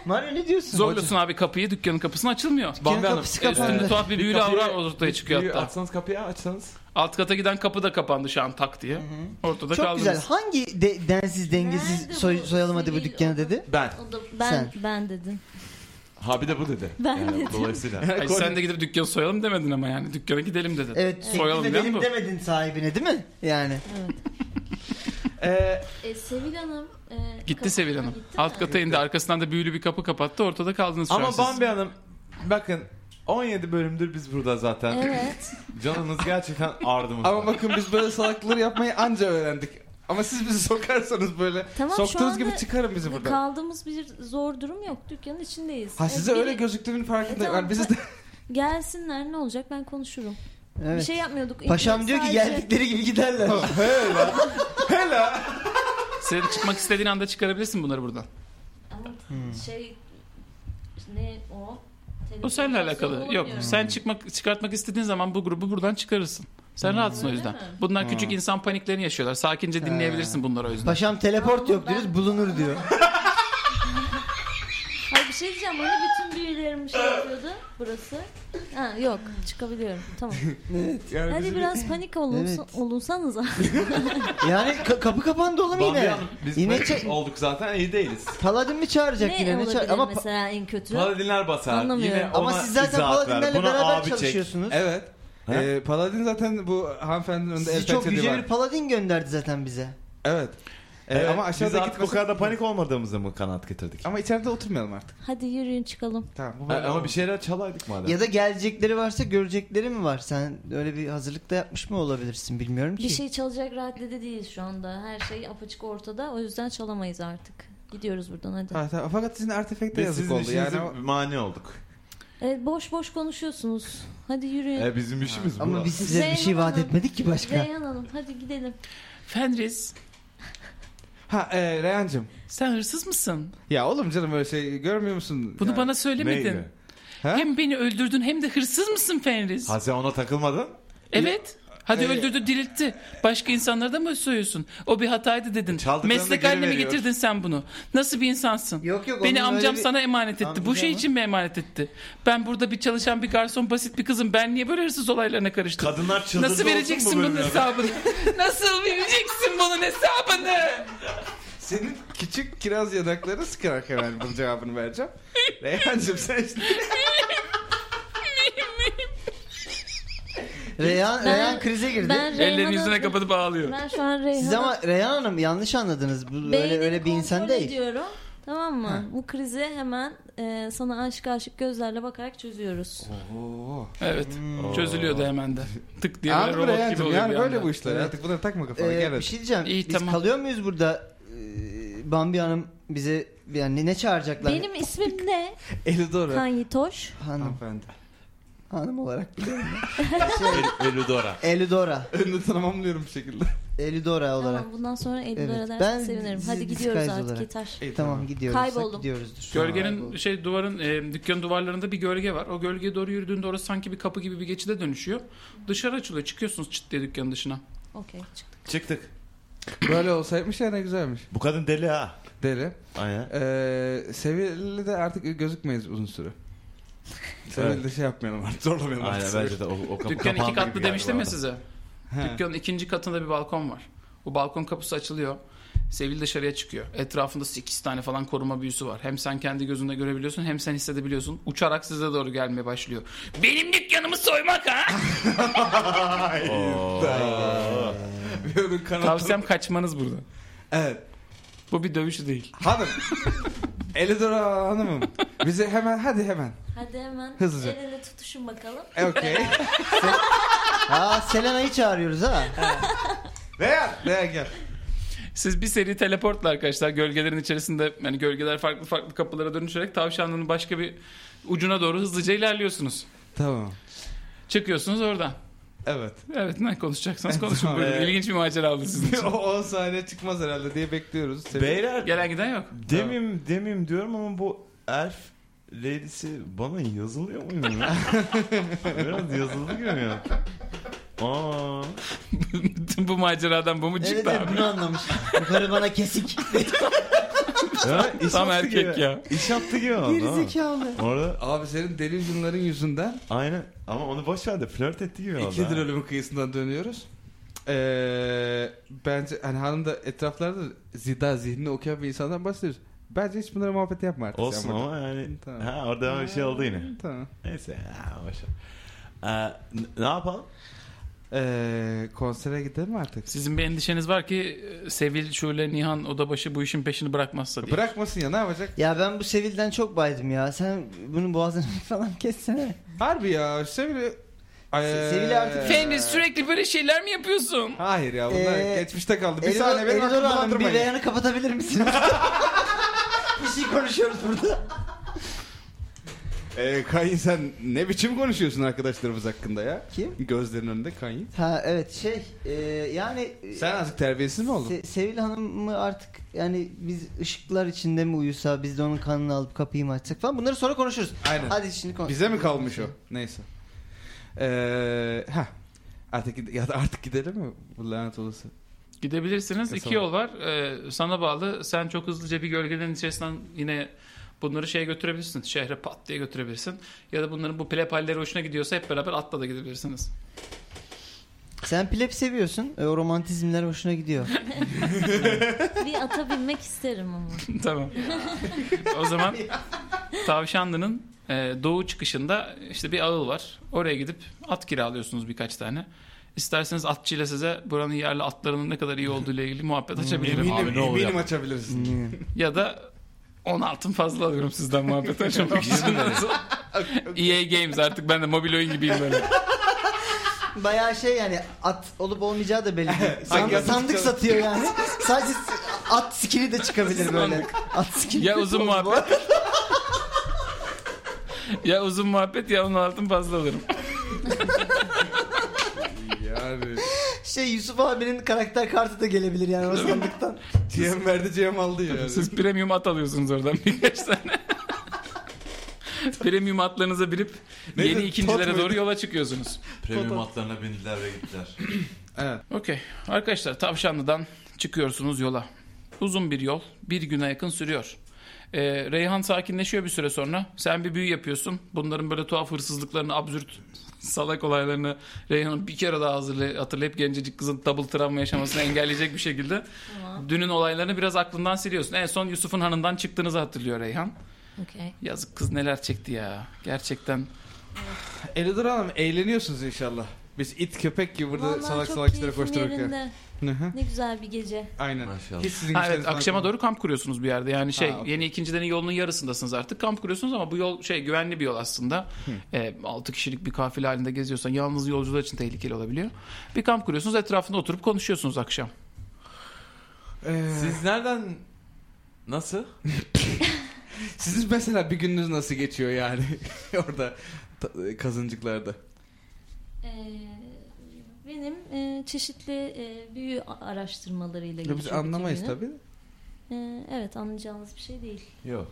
Speaker 4: Mario ne diyorsun?
Speaker 1: Zorluyorsun abi kapıyı dükkanın kapısını açılmıyor.
Speaker 4: Dükkanın
Speaker 7: Bambi e,
Speaker 4: kapısı
Speaker 1: Üstünde
Speaker 4: kapandı.
Speaker 1: tuhaf bir büyülü
Speaker 7: kapıyı-
Speaker 1: avra ortaya çıkıyor
Speaker 7: Büyüğü
Speaker 1: hatta.
Speaker 7: Açsanız kapıyı açsanız.
Speaker 1: Alt kata giden kapı da kapandı şu an tak diye. Ortada
Speaker 4: Çok
Speaker 1: kaldınız.
Speaker 4: güzel. Hangi de- densiz dengesiz
Speaker 6: Nerede
Speaker 4: soy-
Speaker 6: bu
Speaker 4: soyalım hadi bu
Speaker 6: sivil
Speaker 4: dükkanı
Speaker 6: olan?
Speaker 4: dedi?
Speaker 7: Ben.
Speaker 6: O da ben
Speaker 4: Sen.
Speaker 6: ben dedin.
Speaker 7: Ha bir de bu dedi.
Speaker 6: Ben
Speaker 7: dedim. Dolayısıyla.
Speaker 1: Ay, sen de gidip dükkanı soyalım demedin ama yani. Dükkana gidelim dedin.
Speaker 4: Evet.
Speaker 1: Soyalım
Speaker 4: teklif
Speaker 1: değil mi
Speaker 4: edelim
Speaker 1: bu?
Speaker 4: demedin sahibine değil mi? Yani.
Speaker 2: Ee,
Speaker 6: E, Sevil Hanım e,
Speaker 1: Gitti
Speaker 6: kapı-
Speaker 1: Sevil Hanım.
Speaker 6: Ha, gitti mi?
Speaker 1: Alt kata indi. Arkasından da büyülü bir kapı kapattı. Ortada kaldınız şu an
Speaker 7: Ama
Speaker 1: siz.
Speaker 7: Bambi Hanım bakın 17 bölümdür biz burada zaten.
Speaker 6: Evet.
Speaker 7: Canımız gerçekten ardımız.
Speaker 2: ama bakın biz böyle salakları yapmayı anca öğrendik. Ama siz bizi sokarsanız böyle
Speaker 6: Tamam, şu
Speaker 2: soktuğunuz gibi
Speaker 6: anda
Speaker 2: çıkarın bizi buradan.
Speaker 6: Kaldığımız bir zor durum yok. Dükkanın içindeyiz.
Speaker 2: Ha
Speaker 6: E,
Speaker 2: size
Speaker 6: biri
Speaker 2: öyle gözüktüğünün farkında.
Speaker 6: E, tamam,
Speaker 2: yani bizi de
Speaker 6: Gelsinler ne olacak ben konuşurum. Bir
Speaker 4: Evet.
Speaker 6: şey yapmıyorduk.
Speaker 4: Paşam diyor ki
Speaker 6: Sadece-
Speaker 4: geldikleri gibi giderler.
Speaker 1: Senin çıkmak istediğin anda çıkarabilirsin bunları buradan.
Speaker 6: Ama şey ne o?
Speaker 1: O seninle alakalı. Yok
Speaker 6: Bulamıyorum.
Speaker 1: sen çıkmak çıkartmak istediğin zaman bu grubu buradan çıkarırsın. Sen rahatsın o
Speaker 6: Öyle
Speaker 1: yüzden.
Speaker 6: mi?
Speaker 1: Bunlar küçük insan paniklerini yaşıyorlar. Sakince dinleyebilirsin bunları o yüzden.
Speaker 4: Paşam teleport yok diyoruz bulunur diyor.
Speaker 6: Hayır bir şey diyeceğim. Hani bütün büyülerimi şey yapıyordu. burası? Ha, yok çıkabiliyorum tamam.
Speaker 4: Evet.
Speaker 2: Yani
Speaker 6: Hadi
Speaker 2: bizim-
Speaker 6: biraz panik olunsa,
Speaker 4: Evet.
Speaker 6: olunsanız
Speaker 4: Yani ka- kapı kapandı oğlum
Speaker 5: Bambi
Speaker 4: yine.
Speaker 5: Hanım, biz
Speaker 4: Yine
Speaker 5: böyle
Speaker 4: çek-
Speaker 5: olduk zaten iyi değiliz.
Speaker 4: Paladin mi çağıracak
Speaker 6: ne
Speaker 4: yine? Ne
Speaker 6: olabilir
Speaker 4: çağır- Ama, pa-
Speaker 6: mesela en kötü?
Speaker 7: Paladinler basar.
Speaker 6: Anlamıyorum.
Speaker 7: Yine
Speaker 4: ama
Speaker 7: ona
Speaker 4: siz zaten
Speaker 7: izahat ver.
Speaker 4: Paladinlerle
Speaker 7: Buna
Speaker 4: beraber
Speaker 7: abi çek.
Speaker 4: çalışıyorsunuz.
Speaker 2: Evet.
Speaker 7: He?
Speaker 2: Ee, Paladin zaten bu hanımefendinin önünde el
Speaker 4: Sizi çok
Speaker 2: fethedi
Speaker 4: yüce
Speaker 2: var.
Speaker 4: bir paladin gönderdi zaten bize.
Speaker 2: Evet. Ee,
Speaker 7: Evet,
Speaker 2: ama aşağıda
Speaker 7: biz artık bu
Speaker 2: gitmesin-
Speaker 7: kadar da panik olmadığımızı mı kanaat getirdik? Ama,
Speaker 2: Ama içeride oturmayalım artık.
Speaker 6: Hadi yürüyün çıkalım.
Speaker 2: Tamam. Bu böyle
Speaker 7: ama
Speaker 2: oldu.
Speaker 7: bir şeyler çalaydık madem.
Speaker 4: Ya da gelecekleri varsa görecekleri mi var? Sen öyle bir hazırlık da yapmış mı olabilirsin bilmiyorum ki.
Speaker 6: Bir şey çalacak raddede değiliz şu anda. Her şey apaçık ortada. O yüzden çalamayız artık. Gidiyoruz buradan hadi.
Speaker 2: Ha, tamam. Fakat sizin
Speaker 7: şey-
Speaker 2: artefekte
Speaker 7: Biz
Speaker 2: yazık
Speaker 7: sizin
Speaker 2: oldu. Yani
Speaker 7: işinize
Speaker 2: o-
Speaker 7: mani olduk.
Speaker 6: Evet, boş boş konuşuyorsunuz. Hadi yürüyün.
Speaker 7: E, bizim işimiz bu.
Speaker 4: Ama biz size bir şey
Speaker 6: Zeyno
Speaker 4: vaat
Speaker 6: Hanım.
Speaker 4: etmedik ki başka.
Speaker 6: Reyhan Hanım hadi gidelim.
Speaker 1: Fenris
Speaker 2: Ha e, Reyhan'cığım.
Speaker 1: sen hırsız mısın?
Speaker 2: Ya oğlum canım öyle şey görmüyor musun?
Speaker 1: Bunu
Speaker 2: Ya,
Speaker 1: bana söylemedin.
Speaker 7: Neydi?
Speaker 2: Ha?
Speaker 1: Hem beni öldürdün hem de hırsız mısın Fenris?
Speaker 7: Ha sen ona takılmadın? e-
Speaker 1: Evet. Hadi
Speaker 2: Ee,
Speaker 1: öldürdü diriltti. Başka insanlara da mı söylüyorsun? O bir hataydı dedin.
Speaker 7: Çaldıklarını
Speaker 1: Meslek
Speaker 7: geri
Speaker 1: haline mi
Speaker 7: veriyor.
Speaker 1: getirdin sen bunu? Nasıl bir insansın?
Speaker 4: Yok yok.
Speaker 1: Beni
Speaker 4: onun öyle
Speaker 1: amcam
Speaker 4: bir-
Speaker 1: sana emanet etti.
Speaker 4: Amca
Speaker 1: Bu şey
Speaker 4: mı?
Speaker 1: için mi emanet etti? Ben burada bir çalışan bir garson basit bir kızım. Ben niye böyle hırsız olaylarına karıştım?
Speaker 7: Kadınlar çıldırdı
Speaker 1: Nasıl vereceksin bunun hesabını? Nasıl vereceksin bunun hesabını?
Speaker 2: Senin küçük kiraz yanaklarını sıkarak hemen bunun cevabını vereceğim. Reyhan'cığım sen işte.
Speaker 4: Reyhan,
Speaker 6: Ben-
Speaker 4: Reyhan krize girdi.
Speaker 6: Ben Reyhan
Speaker 1: Ellerini yüzüne
Speaker 6: Hanım.
Speaker 1: kapatıp ağlıyor.
Speaker 6: Ben şu an Reyhan
Speaker 4: Siz ama Reyhan Hanım yanlış anladınız. Bu öyle
Speaker 6: Beynimi
Speaker 4: öyle bir insan
Speaker 6: kontrol
Speaker 4: değil.
Speaker 6: ediyorum. Tamam mı? Bu krizi hemen e, sana aşık aşık gözlerle bakarak çözüyoruz.
Speaker 2: Oo.
Speaker 1: Evet. Çözülüyordu hemen de. Tık diye böyle
Speaker 2: Anladın mı
Speaker 1: robot gibi
Speaker 2: Reyhan'cığım?
Speaker 1: oluyor
Speaker 2: Yani
Speaker 1: bir
Speaker 2: böyle
Speaker 1: anda.
Speaker 2: bu işler.
Speaker 4: Evet.
Speaker 2: Artık bunları takma kafana.
Speaker 4: Ee,
Speaker 2: Gel
Speaker 4: bir
Speaker 2: hadi.
Speaker 4: şey diyeceğim.
Speaker 1: İyi,
Speaker 4: Biz
Speaker 1: tamam.
Speaker 4: kalıyor muyuz burada? Ee, Bambi Hanım bize yani ne çağıracaklar?
Speaker 6: Benim ismim ne?
Speaker 2: Elidora.
Speaker 6: Kanyi Toş.
Speaker 4: hanım
Speaker 2: Hanımefendi.
Speaker 4: hanım olarak biliyorum. Şey,
Speaker 7: El- Eludora.
Speaker 4: Elidora.
Speaker 2: Önünü tanımamlıyorum bir şekilde.
Speaker 4: Elidora olarak.
Speaker 6: Tamam bundan sonra Eylül
Speaker 4: Evet,
Speaker 6: dersen
Speaker 4: ben
Speaker 6: sevinirim.
Speaker 4: sizi
Speaker 6: Hadi gidiyoruz
Speaker 4: disguise
Speaker 6: artık
Speaker 4: olarak.
Speaker 6: yeter.
Speaker 2: İyi,
Speaker 4: Tamam gidiyoruz.
Speaker 6: Kayboldum.
Speaker 4: Gidiyoruzdur.
Speaker 1: Gölgenin şey duvarın e, dükkan duvarlarında bir gölge var. O gölgeye doğru yürüdüğünde orası sanki bir kapı gibi bir geçide dönüşüyor. Dışarı açılıyor. Çıkıyorsunuz çıt diye dükkanın dışına.
Speaker 6: Okey çıktık.
Speaker 7: Çıktık.
Speaker 2: Böyle olsaymış ya ne güzelmiş.
Speaker 7: Bu kadın deli ha.
Speaker 2: Deli.
Speaker 7: Aynen.
Speaker 2: Ee, Sevil'le de artık gözükmeyiz uzun süre. Sevil'le
Speaker 7: Evet.
Speaker 2: şey yapmayalım artık. Zorlamayalım artık.
Speaker 7: Aynen bence de o, o kapı
Speaker 1: Dükkan iki
Speaker 7: kapandı
Speaker 1: katlı
Speaker 7: gibi
Speaker 1: demiştim ya
Speaker 7: geldi
Speaker 1: size.
Speaker 2: He.
Speaker 1: Dükkanın ikinci katında bir balkon var. Bu balkon kapısı açılıyor. Sevil dışarıya çıkıyor. Etrafında 8 tane falan koruma büyüsü var. Hem sen kendi gözünde görebiliyorsun hem sen hissedebiliyorsun. Uçarak size doğru gelmeye başlıyor. Benim dükkanımı soymak ha!
Speaker 7: bana. Oo.
Speaker 2: Yürü kanat-
Speaker 1: Tavsiyem kaçmanız burada.
Speaker 2: Evet.
Speaker 1: Bu bir dövüş değil.
Speaker 2: Hanım. Elidora hanımım. Bize hemen hadi hemen.
Speaker 6: Hadi hemen
Speaker 2: Hızlıca.
Speaker 6: el ele tutuşun bakalım.
Speaker 2: E, Okey.
Speaker 4: Aa Selena'yı çağırıyoruz ha.
Speaker 2: Reyhan. Reyhan gel.
Speaker 1: Siz bir seri teleportla arkadaşlar gölgelerin içerisinde yani gölgeler farklı farklı kapılara dönüşerek tavşanlığın başka bir ucuna doğru hızlıca ilerliyorsunuz.
Speaker 2: Tamam.
Speaker 1: Çıkıyorsunuz oradan.
Speaker 2: Evet.
Speaker 1: Evet ne konuşacaksanız
Speaker 2: Evet,
Speaker 1: konuşun.
Speaker 2: tamam,
Speaker 1: Böyle
Speaker 7: evet.
Speaker 1: ilginç bir macera oldu sizin için.
Speaker 2: o 10 saniye çıkmaz herhalde diye bekliyoruz. Sevil-
Speaker 7: Beyler
Speaker 1: Gelen giden yok.
Speaker 7: demim demim diyorum ama bu elf Lady'si bana yazılıyor mu? ya? Biraz yazılı görünüyor. Aa.
Speaker 1: Bütün bu maceradan bu mu
Speaker 4: Evet,
Speaker 1: çıktı
Speaker 4: evet
Speaker 1: abi?
Speaker 4: bunu anlamış. Yukarı bana kesik.
Speaker 7: Ya, iş
Speaker 1: Tam
Speaker 7: yaptı
Speaker 1: erkek
Speaker 7: gibi.
Speaker 1: ya.
Speaker 7: İş yaptı gibi ama.
Speaker 4: Gerizekalı.
Speaker 7: Orada
Speaker 2: Abi senin delusionların yüzünden
Speaker 7: aynen ama onu boş ver de flört etti gibi oldu.
Speaker 2: ikidir
Speaker 7: ha.
Speaker 2: ölümü kıyısından dönüyoruz. Ee, bence hani hanım da etraflarda zida zihnini okuyan bir insandan bahsediyoruz. Bence hiç bunlara muhabbet yapma artık.
Speaker 7: Olsun
Speaker 2: sen burada.
Speaker 7: ama yani
Speaker 2: Tamam.
Speaker 7: ha, orada bir şey oldu yine.
Speaker 2: Tamam.
Speaker 7: Neyse ha, boş ver. Ee, n- ne yapalım?
Speaker 2: Ee, konsere gidelim artık.
Speaker 1: Sizin bir endişeniz var ki e, Sevil, Şule, Nihan, Odabaşı bu işin peşini bırakmazsa diye.
Speaker 2: Bırakmasın ya ne yapacak?
Speaker 4: Ya ben bu Sevil'den çok baydım ya. Sen bunun boğazını falan kessene.
Speaker 2: Harbi ya Sevil'i... Ay-
Speaker 4: Sevil'i artık-
Speaker 1: Fenris sürekli böyle şeyler mi yapıyorsun?
Speaker 2: Hayır ya bunlar
Speaker 4: Ee,
Speaker 2: geçmişte kaldı. Bir
Speaker 4: Elidor-
Speaker 2: saniye benim
Speaker 4: Elidor
Speaker 2: aklımı
Speaker 4: Hanım bir
Speaker 2: aldırmayın.
Speaker 4: beyanı kapatabilir misiniz? bir şey konuşuyoruz burada.
Speaker 2: Ee, Kanye sen ne biçim konuşuyorsun arkadaşlarımız hakkında ya?
Speaker 4: Kim?
Speaker 2: Gözlerin önünde Kanye.
Speaker 4: Ha evet şey e, yani e,
Speaker 2: Sen artık terbiyesiz mi oldun?
Speaker 4: Se- Sevil Hanım'ı artık yani biz ışıklar içinde mi uyusa biz de onun kanını alıp kapıyı mı açsak falan bunları sonra konuşuruz.
Speaker 2: Aynen.
Speaker 4: Hadi şimdi konuş.
Speaker 2: Bize mi kalmış o? Neyse. Ee, ha. Artık gide- ya da artık gidelim mi bu lanet olası?
Speaker 1: Gidebilirsiniz.
Speaker 2: E,
Speaker 1: İki E,
Speaker 2: tamam.
Speaker 1: yol var. Ee, sana bağlı. Sen çok hızlıca bir gölgenin içerisinden yine Bunları şeye götürebilirsin. Şehre pat diye götürebilirsin. Ya da bunların bu plep halleri hoşuna gidiyorsa hep beraber atla da gidebilirsiniz.
Speaker 4: Sen plep seviyorsun. E, o romantizmler hoşuna gidiyor.
Speaker 6: Bir ata binmek isterim ama.
Speaker 1: tamam. o zaman Tavşanlı'nın e, doğu çıkışında işte bir ağıl var. Oraya gidip at kiralıyorsunuz birkaç tane. İsterseniz atçıyla size buranın yerli atlarının ne kadar iyi olduğu ile ilgili muhabbet açabilirim.
Speaker 7: Abi ne
Speaker 2: Hmm, Eminim,
Speaker 7: olur
Speaker 2: eminim
Speaker 7: yapma.
Speaker 2: açabilirsin.
Speaker 1: ya da 10 altın fazla alıyorum sizden muhabbet açmak için. EA Games artık ben de mobil oyun gibiyim böyle.
Speaker 4: Bayağı şey yani at olup olmayacağı da belli değil. Sandık,
Speaker 2: yazık
Speaker 4: sandık
Speaker 2: canım.
Speaker 4: satıyor yani. Sadece s- at skili de çıkabilir böyle. At skili.
Speaker 1: Ya uzun muhabbet. ya uzun muhabbet ya 10 altın fazla alırım.
Speaker 2: yani.
Speaker 4: Şey Yusuf abinin karakter kartı da gelebilir yani o sandıktan.
Speaker 2: GM verdi GM aldı yani.
Speaker 1: Siz premium at alıyorsunuz oradan birkaç tane. premium atlarınıza binip
Speaker 2: Neydi?
Speaker 1: yeni ikincilere
Speaker 2: Tot
Speaker 1: doğru
Speaker 2: muydu?
Speaker 1: yola çıkıyorsunuz.
Speaker 7: Premium atlarına bindiler ve gittiler.
Speaker 2: Evet.
Speaker 1: Okey. Arkadaşlar Tavşanlı'dan çıkıyorsunuz yola. Uzun bir yol. Bir güne yakın sürüyor. Ee, Reyhan sakinleşiyor bir süre sonra. Sen bir büyü yapıyorsun. Bunların böyle tuhaf hırsızlıklarını, absürt salak olaylarını Reyhan'ın bir kere daha hazırlay- hatırlayıp gencecik kızın double travma yaşamasını engelleyecek bir şekilde dünün olaylarını biraz aklından siliyorsun. En son Yusuf'un hanından çıktığınızı hatırlıyor Reyhan.
Speaker 6: Okey.
Speaker 1: Yazık kız neler çekti ya. Gerçekten
Speaker 2: Elidur Hanım eğleniyorsunuz inşallah. Biz it köpek gibi burada
Speaker 6: Vallahi
Speaker 2: salak
Speaker 6: çok
Speaker 2: salak işlere
Speaker 6: keyfim
Speaker 2: koştururken.
Speaker 6: yerinde.
Speaker 2: Hı hı.
Speaker 6: Ne güzel bir gece.
Speaker 2: Aynen.
Speaker 7: Maşallah.
Speaker 2: Hiç sizin
Speaker 1: Ha,
Speaker 2: işleriniz
Speaker 1: evet
Speaker 2: falan
Speaker 1: akşama doğru kamp kuruyorsunuz bir yerde. Yani şey
Speaker 2: Ha, okey.
Speaker 1: yeni ikincilerin yolunun yarısındasınız artık. Kamp kuruyorsunuz ama bu yol şey güvenli bir yol aslında. E, 6 kişilik bir kafile halinde geziyorsan yalnız yolcular için tehlikeli olabiliyor. Bir kamp kuruyorsunuz etrafında oturup konuşuyorsunuz akşam.
Speaker 2: Ee,
Speaker 7: Siz nereden... Nasıl?
Speaker 2: Sizin mesela bir gününüz nasıl geçiyor yani orada ta- kazıncıklarda?
Speaker 6: Ee, benim e, çeşitli e, büyü a- araştırmalarıyla
Speaker 2: Ya
Speaker 6: geçiyor.
Speaker 2: biz
Speaker 6: bütün
Speaker 2: anlamayız
Speaker 6: günüm.
Speaker 2: tabii.
Speaker 6: Ee, evet anlayacağınız bir şey değil.
Speaker 7: Yok.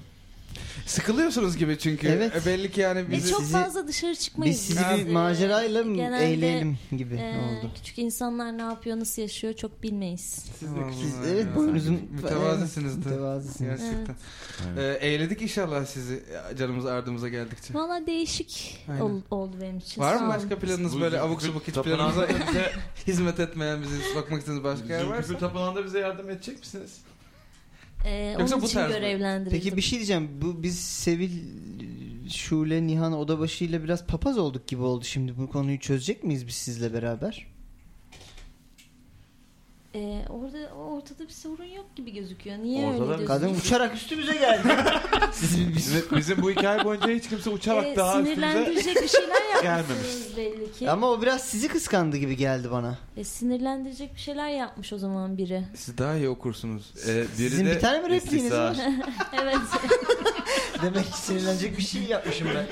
Speaker 2: Sıkılıyorsunuz gibi çünkü.
Speaker 4: Evet.
Speaker 2: E, belli ki yani
Speaker 6: Biz
Speaker 2: bizi...
Speaker 6: çok
Speaker 4: sizi-
Speaker 6: fazla dışarı çıkmayız. e,
Speaker 4: Biz sizi
Speaker 2: Biraz,
Speaker 4: bir macerayla mı
Speaker 6: genelde,
Speaker 4: eğleyelim gibi
Speaker 6: Ee,
Speaker 4: oldu.
Speaker 6: küçük insanlar ne yapıyor, nasıl yaşıyor çok bilmeyiz.
Speaker 7: Siz de
Speaker 4: Siz,
Speaker 2: Vallahi
Speaker 4: evet
Speaker 2: ya.
Speaker 4: boynuzun...
Speaker 2: Mütevazısınız da.
Speaker 4: Mütevazısınız.
Speaker 2: Gerçekten. Ee, eğledik inşallah sizi canımız ardımıza geldikçe.
Speaker 6: Valla değişik
Speaker 2: Aynen.
Speaker 6: ol- oldu benim için.
Speaker 2: Var
Speaker 6: Sağ
Speaker 2: mı
Speaker 6: olun.
Speaker 2: başka planınız
Speaker 7: Bu
Speaker 2: böyle
Speaker 7: Zülküfül
Speaker 2: abuk sabuk hiç
Speaker 7: tapınağı-
Speaker 2: planınıza önce hizmet etmeyen bizi bakmak istediğiniz başka yer varsa?
Speaker 7: Zülküfül Tapınağı'nda bize yardım edecek misiniz?
Speaker 6: Ee,
Speaker 2: Yoksa
Speaker 6: onun
Speaker 2: bu
Speaker 6: için
Speaker 2: tarz mı?
Speaker 6: görevlendirildim.
Speaker 4: Peki bir şey diyeceğim. Bu biz Sevil Şule Nihan Odabaşı ile biraz papaz olduk gibi oldu şimdi. Bu konuyu çözecek miyiz biz sizle beraber?
Speaker 6: Ee, orada ortada bir sorun yok gibi gözüküyor. Niye
Speaker 7: Ortada
Speaker 6: öyle diyorsunuz?
Speaker 4: Kadın uçarak üstümüze geldi. Siz biz-
Speaker 7: Bizim bu hikaye boyunca hiç kimse uçarak
Speaker 6: Ee,
Speaker 7: daha üstümüze
Speaker 6: sinirlendirecek bir şeyler
Speaker 7: gelmemiş.
Speaker 6: yapmışsınız belli ki.
Speaker 4: Ama o biraz sizi kıskandı gibi geldi bana.
Speaker 6: E, sinirlendirecek bir şeyler yapmış o zaman biri.
Speaker 2: Siz daha iyi okursunuz.
Speaker 7: Ee, biri
Speaker 4: Sizin
Speaker 7: de
Speaker 4: bir tane mi repliğiniz
Speaker 7: istisna.
Speaker 4: var?
Speaker 6: evet.
Speaker 4: Demek ki sinirlenecek bir şey yapmışım ben.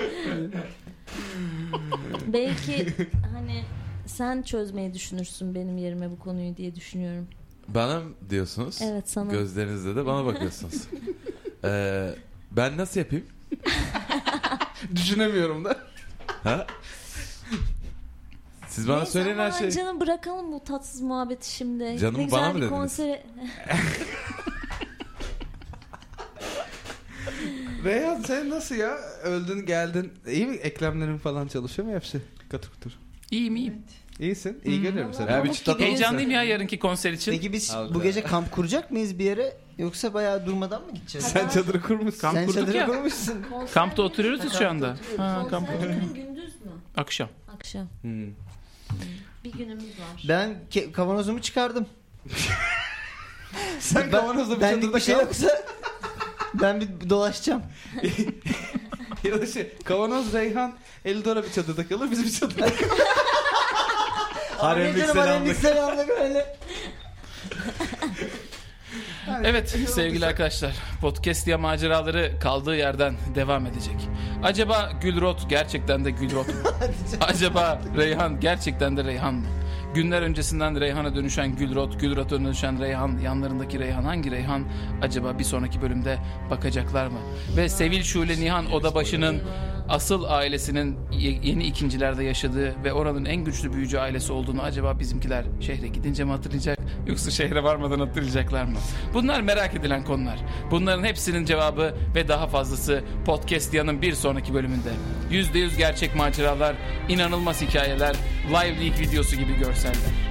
Speaker 6: Belki hani sen çözmeyi düşünürsün benim yerime bu konuyu diye düşünüyorum.
Speaker 7: Bana mı diyorsunuz?
Speaker 6: Evet sana.
Speaker 7: Gözlerinizle de bana bakıyorsunuz. Ee, ben nasıl yapayım?
Speaker 2: Düşünemiyorum da.
Speaker 7: Ha? Siz bana
Speaker 6: Neyse,
Speaker 7: söyleyin her
Speaker 6: aman
Speaker 7: şeyi.
Speaker 6: Canım bırakalım bu tatsız muhabbeti şimdi.
Speaker 7: Canım
Speaker 6: ne güzel
Speaker 7: bana mı
Speaker 6: bir
Speaker 7: dediniz?
Speaker 6: konsere-
Speaker 2: Reyhan sen nasıl ya? Öldün geldin. İyi mi? Eklemlerin falan çalışıyor mu hepsi? Katır kutur.
Speaker 1: İyiyim iyiyim.
Speaker 2: İyisin. İyi görüyorum seni.
Speaker 7: Ya bir çıtlat
Speaker 1: Heyecanlıyım ya yarınki konser için.
Speaker 4: Peki biz
Speaker 2: Al
Speaker 4: bu
Speaker 2: be.
Speaker 4: gece kamp kuracak mıyız bir yere? Yoksa bayağı durmadan mı gideceğiz?
Speaker 2: Sen çadırı kurmuşsun.
Speaker 1: Kamp
Speaker 4: Sen
Speaker 1: kurduk
Speaker 4: çadırı
Speaker 1: ya.
Speaker 4: kurmuşsun.
Speaker 6: Konser
Speaker 1: Kampta
Speaker 6: mi?
Speaker 1: oturuyoruz ya şu anda. Ha, kamp
Speaker 6: Konserlerin gündüz mü?
Speaker 1: akşam.
Speaker 6: Akşam.
Speaker 2: Hmm.
Speaker 6: Bir günümüz var.
Speaker 4: Ben ke- kavanozumu çıkardım.
Speaker 2: Sen kavanozla bir
Speaker 4: benlik
Speaker 2: çadırda
Speaker 4: bir şey
Speaker 2: kal.
Speaker 4: yoksa ben bir dolaşacağım.
Speaker 2: Ya da şey, kavanoz Reyhan Eldora bir çadırda kalır biz bir çadırda.
Speaker 7: Haremlik
Speaker 4: Canım,
Speaker 7: selamlık.
Speaker 4: selamlık öyle.
Speaker 1: Evet sevgili arkadaşlar podcast ya maceraları kaldığı yerden devam edecek. Acaba Gülrot gerçekten de Gülrot mu? Acaba Reyhan gerçekten de Reyhan mı? Günler öncesinden Reyhan'a dönüşen Gülrot, Gülrot'a dönüşen Reyhan, yanlarındaki Reyhan hangi Reyhan? Acaba bir sonraki bölümde bakacaklar mı? Ve Sevil Şule Nihan Odabaşı'nın asıl ailesinin ye- yeni ikincilerde yaşadığı ve oranın en güçlü büyücü ailesi olduğunu acaba bizimkiler şehre gidince mi hatırlayacak? Yoksa şehre varmadan hatırlayacaklar mı? Bunlar merak edilen konular. Bunların hepsinin cevabı ve daha fazlası Podcast Yan'ın bir sonraki bölümünde. %100 gerçek maceralar, inanılmaz hikayeler, live leak videosu gibi görseller.